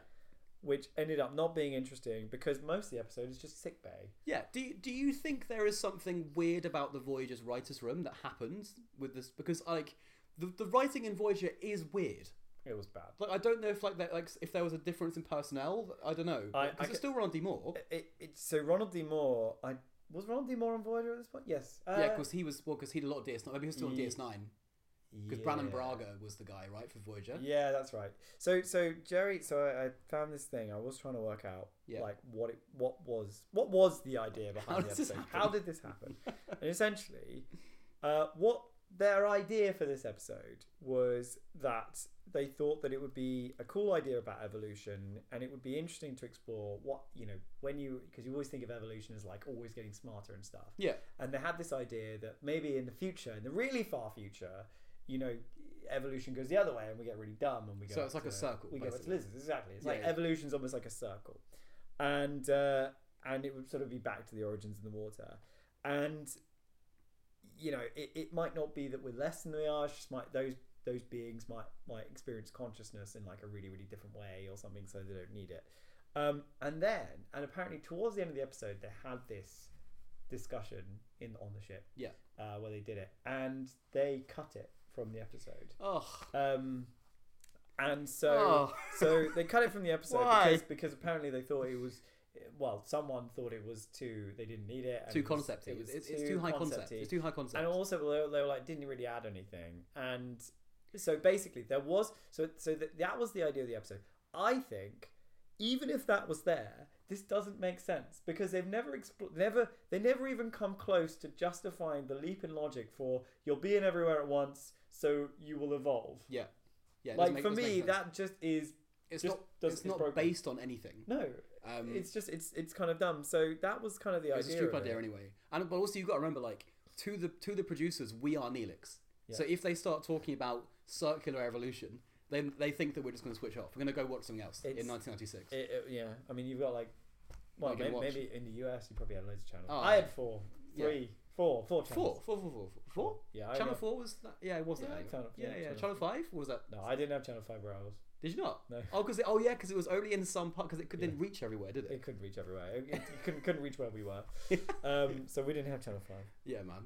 Speaker 2: which ended up not being interesting because most of the episode is just sick bay.
Speaker 1: Yeah. Do you, do you think there is something weird about the Voyager's writers' room that happens with this? Because like the, the writing in Voyager is weird.
Speaker 2: It was bad.
Speaker 1: Like I don't know if like that like if there was a difference in personnel. I don't know.
Speaker 2: I- I
Speaker 1: Because
Speaker 2: ca-
Speaker 1: it's still Randy Moore.
Speaker 2: It, it, so Ronald D. Moore, I was Ronald D. Moore on Voyager at this point. Yes. Uh,
Speaker 1: Yeah, because he was well, because he did a lot of DS9. Maybe he was still on
Speaker 2: Ye-
Speaker 1: DS9 because Brannon
Speaker 2: yeah.
Speaker 1: Braga was the guy, right, for Voyager.
Speaker 2: Yeah, that's right. So so Jerry, so I, I found this thing. I was trying to work out
Speaker 1: Yeah.
Speaker 2: like what it what was what was the idea behind
Speaker 1: How
Speaker 2: the
Speaker 1: does this
Speaker 2: episode.
Speaker 1: happen?
Speaker 2: How did this happen? and essentially, uh, what their idea for this episode was that they thought that it would be a cool idea about evolution and it would be interesting to explore what you know when you because you always think of evolution as like always getting smarter and stuff
Speaker 1: Yeah.
Speaker 2: and they had this idea that maybe in the future, in the really far future, you know, evolution goes the other way and we get really dumb and we go.
Speaker 1: So
Speaker 2: back
Speaker 1: it's like
Speaker 2: to-
Speaker 1: a circle,
Speaker 2: We go back to
Speaker 1: basically.
Speaker 2: lizards, exactly. It's
Speaker 1: Yeah,
Speaker 2: like
Speaker 1: yeah.
Speaker 2: evolution's almost like a circle, and uh, and it would sort of be back to the origins in the water, and you know, it, it might not be that we're less than we are. it's Just might those those beings might might experience consciousness in like a really really different way or something, so they don't need it. Um, and then, and apparently towards the end of the episode, they had this discussion in on the ship
Speaker 1: Yeah.
Speaker 2: uh, where they did it, and they cut it from the episode.
Speaker 1: Oh,
Speaker 2: Um, and so
Speaker 1: Oh.
Speaker 2: so they cut it from the episode
Speaker 1: Why?
Speaker 2: because because apparently they thought it was well someone thought it was too they didn't need it and
Speaker 1: too
Speaker 2: it was-
Speaker 1: concepty.
Speaker 2: it was
Speaker 1: it's, it's too high concept.
Speaker 2: concept-y.
Speaker 1: It's too high concept.
Speaker 2: and also they were, they were like didn't really add anything and so basically there was so so that, that was the idea of the episode i think even if that was there this doesn't make sense because they've never expl- never they never even come close to justifying the leap in logic for you're being everywhere at once so you will evolve
Speaker 1: yeah. Yeah. it doesn't
Speaker 2: like
Speaker 1: make-
Speaker 2: for
Speaker 1: doesn't make
Speaker 2: me
Speaker 1: sense.
Speaker 2: that just is
Speaker 1: it's
Speaker 2: just
Speaker 1: not
Speaker 2: does-
Speaker 1: it's
Speaker 2: is
Speaker 1: not
Speaker 2: broken.
Speaker 1: based on anything.
Speaker 2: no
Speaker 1: Um,
Speaker 2: it's just it's it's kind of dumb so that was kind of the
Speaker 1: It's a
Speaker 2: idea eh?
Speaker 1: stupid
Speaker 2: of
Speaker 1: idea
Speaker 2: it.
Speaker 1: anyway. And but also you've got to remember, like to the to the producers, we are Neelix. So if they start talking about circular evolution, then they think that we're just going to switch off. We're going to go watch something else in
Speaker 2: It's-
Speaker 1: 1996.
Speaker 2: It, it- yeah, I mean, you've got like, well,
Speaker 1: you can
Speaker 2: maybe,
Speaker 1: watch.
Speaker 2: maybe in the US you probably had loads of channels.
Speaker 1: Oh,
Speaker 2: I
Speaker 1: yeah.
Speaker 2: had four,
Speaker 1: Yeah.
Speaker 2: three, four, four
Speaker 1: Four,
Speaker 2: channels.
Speaker 1: four, four, four, four, four.
Speaker 2: Yeah, I
Speaker 1: Channel
Speaker 2: remember-
Speaker 1: four was that? Yeah, it was
Speaker 2: Yeah,
Speaker 1: that.
Speaker 2: I
Speaker 1: anyway.
Speaker 2: channel-
Speaker 1: yeah,
Speaker 2: yeah,
Speaker 1: yeah.
Speaker 2: channel
Speaker 1: Channel five or was that?
Speaker 2: No, I didn't have channel five where I was.
Speaker 1: Did you not?
Speaker 2: No.
Speaker 1: Oh, because oh yeah, because it was only in some part because it could, didn't reach everywhere, did it?
Speaker 2: It couldn't reach everywhere. It, it couldn't couldn't reach where we were. Um, so we didn't have channel five.
Speaker 1: Yeah, man.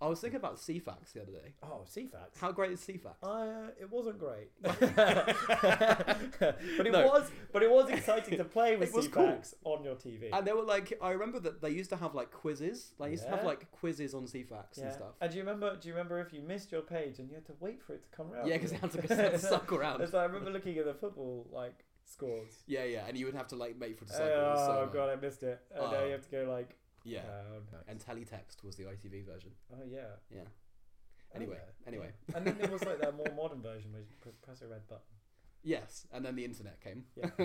Speaker 1: I was thinking about CFAX the other day.
Speaker 2: Oh, CFAX.
Speaker 1: How great is CFAX?
Speaker 2: I, uh, it wasn't great, but it
Speaker 1: No.
Speaker 2: was but it was exciting to play with
Speaker 1: It was
Speaker 2: CFAX on your TV.
Speaker 1: and they were like, I remember that they used to have like quizzes. They used to have
Speaker 2: Yeah.
Speaker 1: like quizzes on CFAX and stuff.
Speaker 2: And do you remember? Do you remember if you missed your page and you had to wait for it to come around?
Speaker 1: Yeah, 'cause it had to- 'cause it had to suck around.
Speaker 2: It's like I remember looking at the football like scores.
Speaker 1: Yeah, yeah, and you would have to like make for the
Speaker 2: Oh,
Speaker 1: cycle. it was so annoying.
Speaker 2: god, I missed it. And now
Speaker 1: Oh.
Speaker 2: you have to go like.
Speaker 1: Yeah,
Speaker 2: down.
Speaker 1: and teletext was the ITV version.
Speaker 2: oh yeah.
Speaker 1: Yeah.
Speaker 2: Oh,
Speaker 1: Anyway,
Speaker 2: yeah.
Speaker 1: anyway.
Speaker 2: and then there was like that more modern version where you pr- press a red button.
Speaker 1: Yes, and then the internet came.
Speaker 2: Yeah.
Speaker 1: 'Cause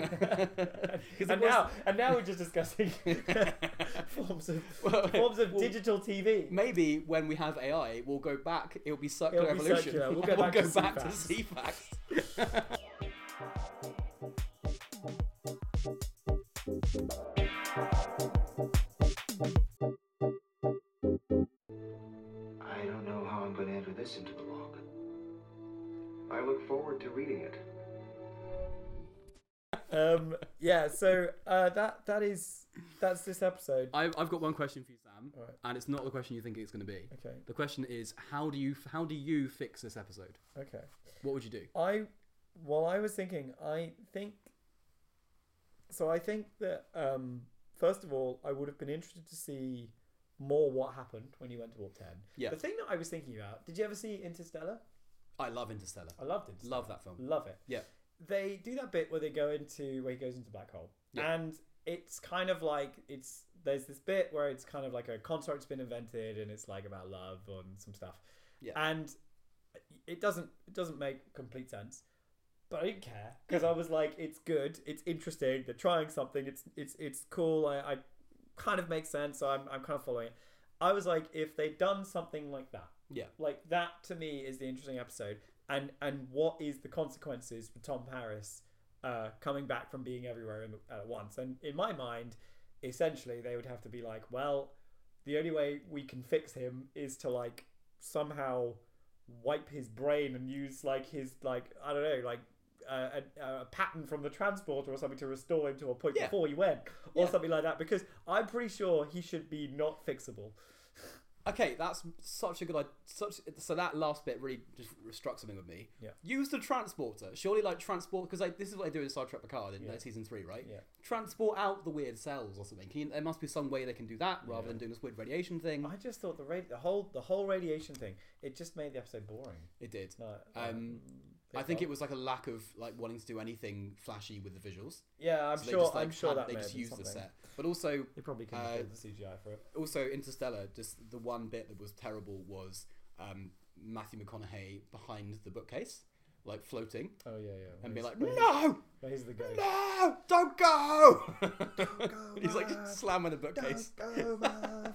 Speaker 1: it
Speaker 2: and
Speaker 1: was-
Speaker 2: now, and now we're just discussing forms of
Speaker 1: Well,
Speaker 2: forms of
Speaker 1: well,
Speaker 2: digital TV.
Speaker 1: Maybe when we have AI, we'll go back. It'll be circular
Speaker 2: It'll be
Speaker 1: evolution.
Speaker 2: circular. We'll go
Speaker 1: and
Speaker 2: back
Speaker 1: we'll
Speaker 2: to
Speaker 1: go back to
Speaker 2: CFAX.
Speaker 1: CFAX.
Speaker 4: I don't know how I'm going to enter this into the log. I look forward to reading it.
Speaker 2: um, yeah. So uh, that that is that's this episode.
Speaker 1: I've, I've got one question for you, Sam,
Speaker 2: Alright.
Speaker 1: and it's not the question you think it's going to be.
Speaker 2: Okay.
Speaker 1: The question is, how do you how do you fix this episode?
Speaker 2: Okay.
Speaker 1: What would you do?
Speaker 2: I well, I was thinking. I think so. I think that um, first of all, I would have been interested to see more what happened when you went to Warp Ten.
Speaker 1: Yeah.
Speaker 2: The thing that I was thinking about. Did you ever see Interstellar?
Speaker 1: I love Interstellar.
Speaker 2: I loved it.
Speaker 1: Love that film.
Speaker 2: Love it.
Speaker 1: Yeah,
Speaker 2: They do that bit where they go into where he goes into black hole,
Speaker 1: Yeah.
Speaker 2: and it's kind of like it's there's this bit where it's kind of like a construct's been invented, and it's like about love and some stuff,
Speaker 1: Yeah.
Speaker 2: and it doesn't it doesn't make complete sense but I didn't care because I was like, it's good, it's interesting, they're trying something, it's it's it's cool. I, I kind of makes sense. So I'm I'm kind of following it. I was like, if they'd done something like that,
Speaker 1: Yeah.
Speaker 2: like that to me is the interesting episode, and and what is the consequences for Tom Paris uh, coming back from being everywhere in, at once? And in my mind, essentially, they would have to be like, well, the only way we can fix him is to like somehow wipe his brain and use like his like I don't know like a, a, a pattern from the transporter or something to restore him to a point
Speaker 1: Yeah.
Speaker 2: before he went or
Speaker 1: Yeah.
Speaker 2: something like that because I'm pretty sure he should be not fixable.
Speaker 1: Okay, that's such a good idea. Such so that last bit really just struck something with me.
Speaker 2: Yeah.
Speaker 1: Use the transporter. Surely, like transport because like this is what they do in Star Trek Picard in like, season three, right?
Speaker 2: Yeah.
Speaker 1: Transport out the weird cells or something. Can you, there must be some way they can do that rather than doing this weird radiation thing.
Speaker 2: I just thought the ra- the whole the whole radiation thing it just made the episode boring.
Speaker 1: It did.
Speaker 2: Uh,
Speaker 1: um, I think it was like a lack of like wanting to do anything flashy with the visuals.
Speaker 2: Yeah, I'm
Speaker 1: So they
Speaker 2: sure.
Speaker 1: just, like,
Speaker 2: I'm sure
Speaker 1: had-
Speaker 2: that
Speaker 1: they
Speaker 2: may
Speaker 1: just
Speaker 2: have been
Speaker 1: used the
Speaker 2: something.
Speaker 1: set, but also
Speaker 2: They probably couldn't
Speaker 1: Uh,
Speaker 2: afford the CGI for it.
Speaker 1: also Interstellar, just the one bit that was terrible was um, Matthew McConaughey behind the bookcase, like floating,
Speaker 2: Oh yeah, yeah.
Speaker 1: and be
Speaker 2: he's-
Speaker 1: like,
Speaker 2: but he's-
Speaker 1: "No,
Speaker 2: but he's the ghost.
Speaker 1: no, don't go!" And He's like
Speaker 2: Marv.
Speaker 1: slamming the bookcase.
Speaker 2: go, Marv.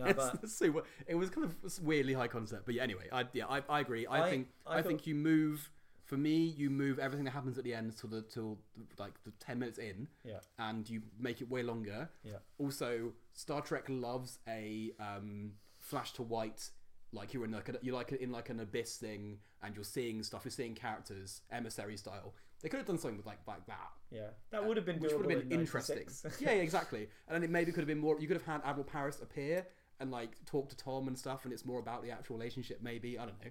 Speaker 2: No,
Speaker 1: It's
Speaker 2: but-
Speaker 1: super. It was kind of weirdly high concept, but yeah. Anyway, I yeah, I, I agree. I,
Speaker 2: I-
Speaker 1: think I,
Speaker 2: I
Speaker 1: think
Speaker 2: thought-
Speaker 1: you move. For me, you move everything that happens at the end till the till like the ten minutes in,
Speaker 2: Yeah.
Speaker 1: and you make it way longer.
Speaker 2: Yeah.
Speaker 1: Also, Star Trek loves a um, flash to white, like you're in like a, you're like in like an abyss thing, and you're seeing stuff, you're seeing characters, emissary style. They could have done something with like like that,
Speaker 2: Yeah, that would have been
Speaker 1: which would
Speaker 2: doable
Speaker 1: have
Speaker 2: in
Speaker 1: been interesting.
Speaker 2: 96.
Speaker 1: yeah, yeah, exactly. And then it maybe could have been more. You could have had Admiral Paris appear and like talk to Tom and stuff, and it's more about the actual relationship. Maybe I don't know.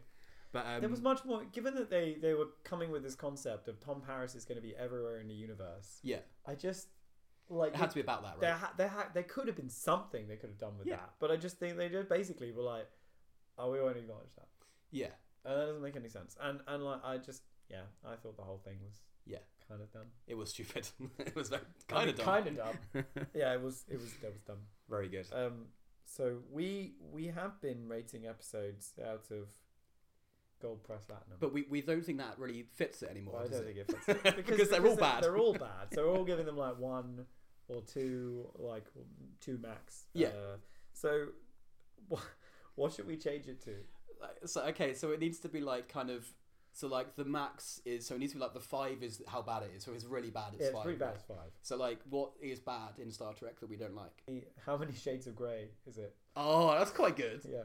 Speaker 1: But um,
Speaker 2: There was much more. Given that they they were coming with this concept of Tom Paris is going to be everywhere in the universe,
Speaker 1: yeah,
Speaker 2: I just like
Speaker 1: it had to be about that,
Speaker 2: there,
Speaker 1: right?
Speaker 2: ha- there, ha- there could have been something they could have done with
Speaker 1: Yeah.
Speaker 2: that, but I just think they just basically were like, "Oh, we won't acknowledge that,"
Speaker 1: Yeah,
Speaker 2: and Uh, that doesn't make any sense. And and like I just yeah, I thought the whole thing was
Speaker 1: yeah.
Speaker 2: kind of dumb.
Speaker 1: It was stupid. it was very kind of dumb.
Speaker 2: kind of dumb. yeah, it was it was that was dumb.
Speaker 1: very good.
Speaker 2: Um, so we we have been rating episodes out of gold press platinum.
Speaker 1: But we, we don't think that really fits it anymore.
Speaker 2: I
Speaker 1: does
Speaker 2: don't
Speaker 1: it?
Speaker 2: think it fits. Because,
Speaker 1: Because they're all bad.
Speaker 2: They're all bad. So we're all giving them like one or two, like two max.
Speaker 1: Yeah.
Speaker 2: Uh, so what, what should we change it to?
Speaker 1: Like, so okay, so it needs to be like kind of so like the max is so it needs to be like the five is how bad it is. So it's really bad. It's
Speaker 2: Yeah, it's
Speaker 1: five.
Speaker 2: pretty bad.
Speaker 1: right?
Speaker 2: It's five.
Speaker 1: So like, what is bad in Star Trek that we don't like?
Speaker 2: How many shades of grey is it?
Speaker 1: Oh, that's quite good.
Speaker 2: Yeah.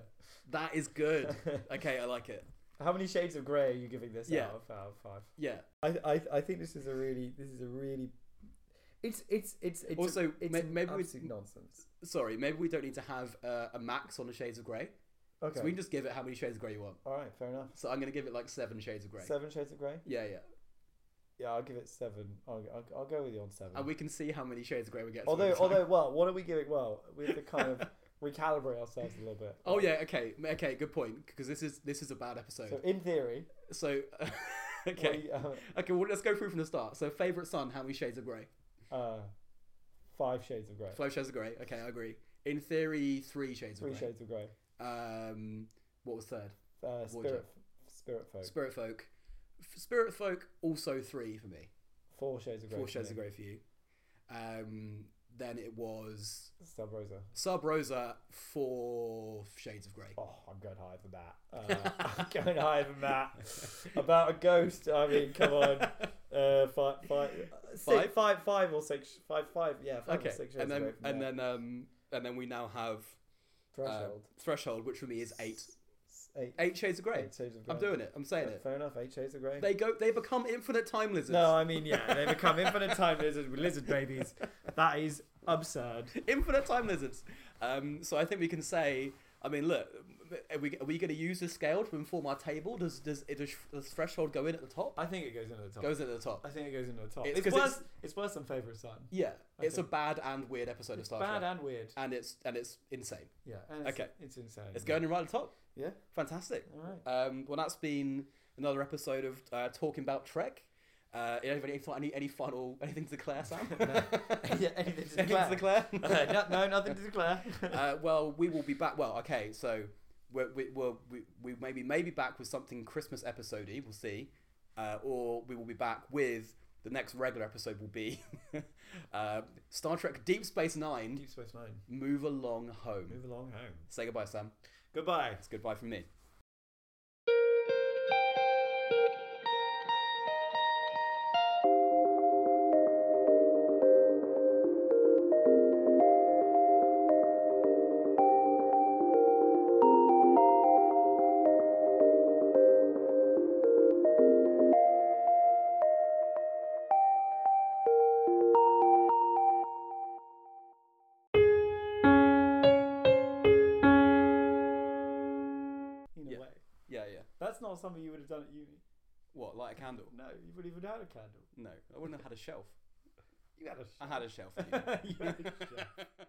Speaker 1: That is good. okay, I like it.
Speaker 2: How many shades of grey are you giving this
Speaker 1: Yeah.
Speaker 2: out, of, out of five?
Speaker 1: Yeah.
Speaker 2: I, I I think this is a really this is a really it's it's it's, it's
Speaker 1: Also,
Speaker 2: it's
Speaker 1: may-
Speaker 2: an
Speaker 1: maybe we-
Speaker 2: absolute nonsense.
Speaker 1: Sorry, maybe we don't need to have uh, a max on the shades of grey.
Speaker 2: Okay.
Speaker 1: So we can just give it how many shades of grey you want.
Speaker 2: All right. Fair enough.
Speaker 1: So I'm gonna give it like seven shades of grey.
Speaker 2: Seven shades of grey.
Speaker 1: Yeah, yeah.
Speaker 2: Yeah, I'll give it seven. I'll, I'll, I'll go with you on seven.
Speaker 1: And we can see how many shades of grey we get.
Speaker 2: Although,
Speaker 1: over time.
Speaker 2: although, well, what are we giving? Well, we have to kind of recalibrate ourselves a little bit.
Speaker 1: Oh yeah, okay, okay, good point. Because this is this is a bad episode.
Speaker 2: So, in theory,
Speaker 1: So, okay,
Speaker 2: we, uh,
Speaker 1: okay. Well, let's go through from the start. So, favorite son, how many shades of grey?
Speaker 2: uh, five shades of grey,
Speaker 1: Five shades of grey. Okay, I agree. In theory, three shades
Speaker 2: three
Speaker 1: of grey.
Speaker 2: shades of grey.
Speaker 1: Um, what was third?
Speaker 2: Uh,
Speaker 1: Voyager.
Speaker 2: spirit, spirit folk,
Speaker 1: Spirit folk. F- Spirit folk also three for me.
Speaker 2: four shades of grey.
Speaker 1: Four
Speaker 2: for
Speaker 1: shades of
Speaker 2: me.
Speaker 1: grey for you. Um, then it was
Speaker 2: Sub Rosa.
Speaker 1: Sub Rosa, four shades of grey.
Speaker 2: Oh, I'm going higher than that. Uh, I'm going higher than that. About a ghost. I mean, come on. Uh, five, five, six,
Speaker 1: Five?
Speaker 2: five, five or six, five, five. Yeah, five
Speaker 1: Okay,
Speaker 2: or six shades
Speaker 1: and then
Speaker 2: away from
Speaker 1: and
Speaker 2: that.
Speaker 1: then um and then we now have uh,
Speaker 2: threshold.
Speaker 1: threshold, which for me is eight.
Speaker 2: S- Eight,
Speaker 1: Eight shades of grey.
Speaker 2: Eight shades of
Speaker 1: I'm
Speaker 2: grey.
Speaker 1: doing it. I'm saying it.
Speaker 2: Fair enough. Eight shades of grey.
Speaker 1: They go. They become infinite time lizards.
Speaker 2: No, I mean, yeah, they become infinite time lizard lizard babies. That is absurd.
Speaker 1: infinite time lizards. Um, so I think we can say. I mean, look. Are we, are we going to use this scale to inform our table? Does does it does, does threshold go in at the top?
Speaker 2: I think it goes into the top.
Speaker 1: Goes in at the top.
Speaker 2: I think it goes into the top.
Speaker 1: It's
Speaker 2: It's,
Speaker 1: 'cause
Speaker 2: worse.
Speaker 1: it's-
Speaker 2: It's, worse than favorite son.
Speaker 1: Yeah, it's a
Speaker 2: Okay.
Speaker 1: bad and weird episode of Star
Speaker 2: Bad
Speaker 1: Trek,
Speaker 2: and weird.
Speaker 1: and it's and it's insane.
Speaker 2: Yeah. And it's,
Speaker 1: Okay.
Speaker 2: It's insane.
Speaker 1: It's going in right at the top.
Speaker 2: Yeah.
Speaker 1: Fantastic.
Speaker 2: All right.
Speaker 1: Um, well, that's been another episode of uh, talking about Trek. Uh, anybody any any final anything to declare, Sam?
Speaker 2: yeah, anything to Uh,
Speaker 1: Anything to declare?
Speaker 2: no, no, nothing to declare.
Speaker 1: uh, well, we will be back. Well, okay, so we're, we, we're, we we maybe maybe back with something Christmas episode-y. We'll see. uh, or we will be back with the next regular episode. Will be uh, Star Trek: Deep Space Nine.
Speaker 2: Deep Space Nine.
Speaker 1: Move along home.
Speaker 2: Move along home.
Speaker 1: Say goodbye, Sam.
Speaker 2: Goodbye.
Speaker 1: It's goodbye from me.
Speaker 2: In a
Speaker 1: Yeah.
Speaker 2: way.
Speaker 1: Yeah, yeah.
Speaker 2: That's not something you would have done at uni.
Speaker 1: What? Light a candle?
Speaker 2: No, you wouldn't even had a candle.
Speaker 1: No, I wouldn't have had a shelf.
Speaker 2: You had a
Speaker 1: I had a shelf.
Speaker 2: You had a
Speaker 1: shelf.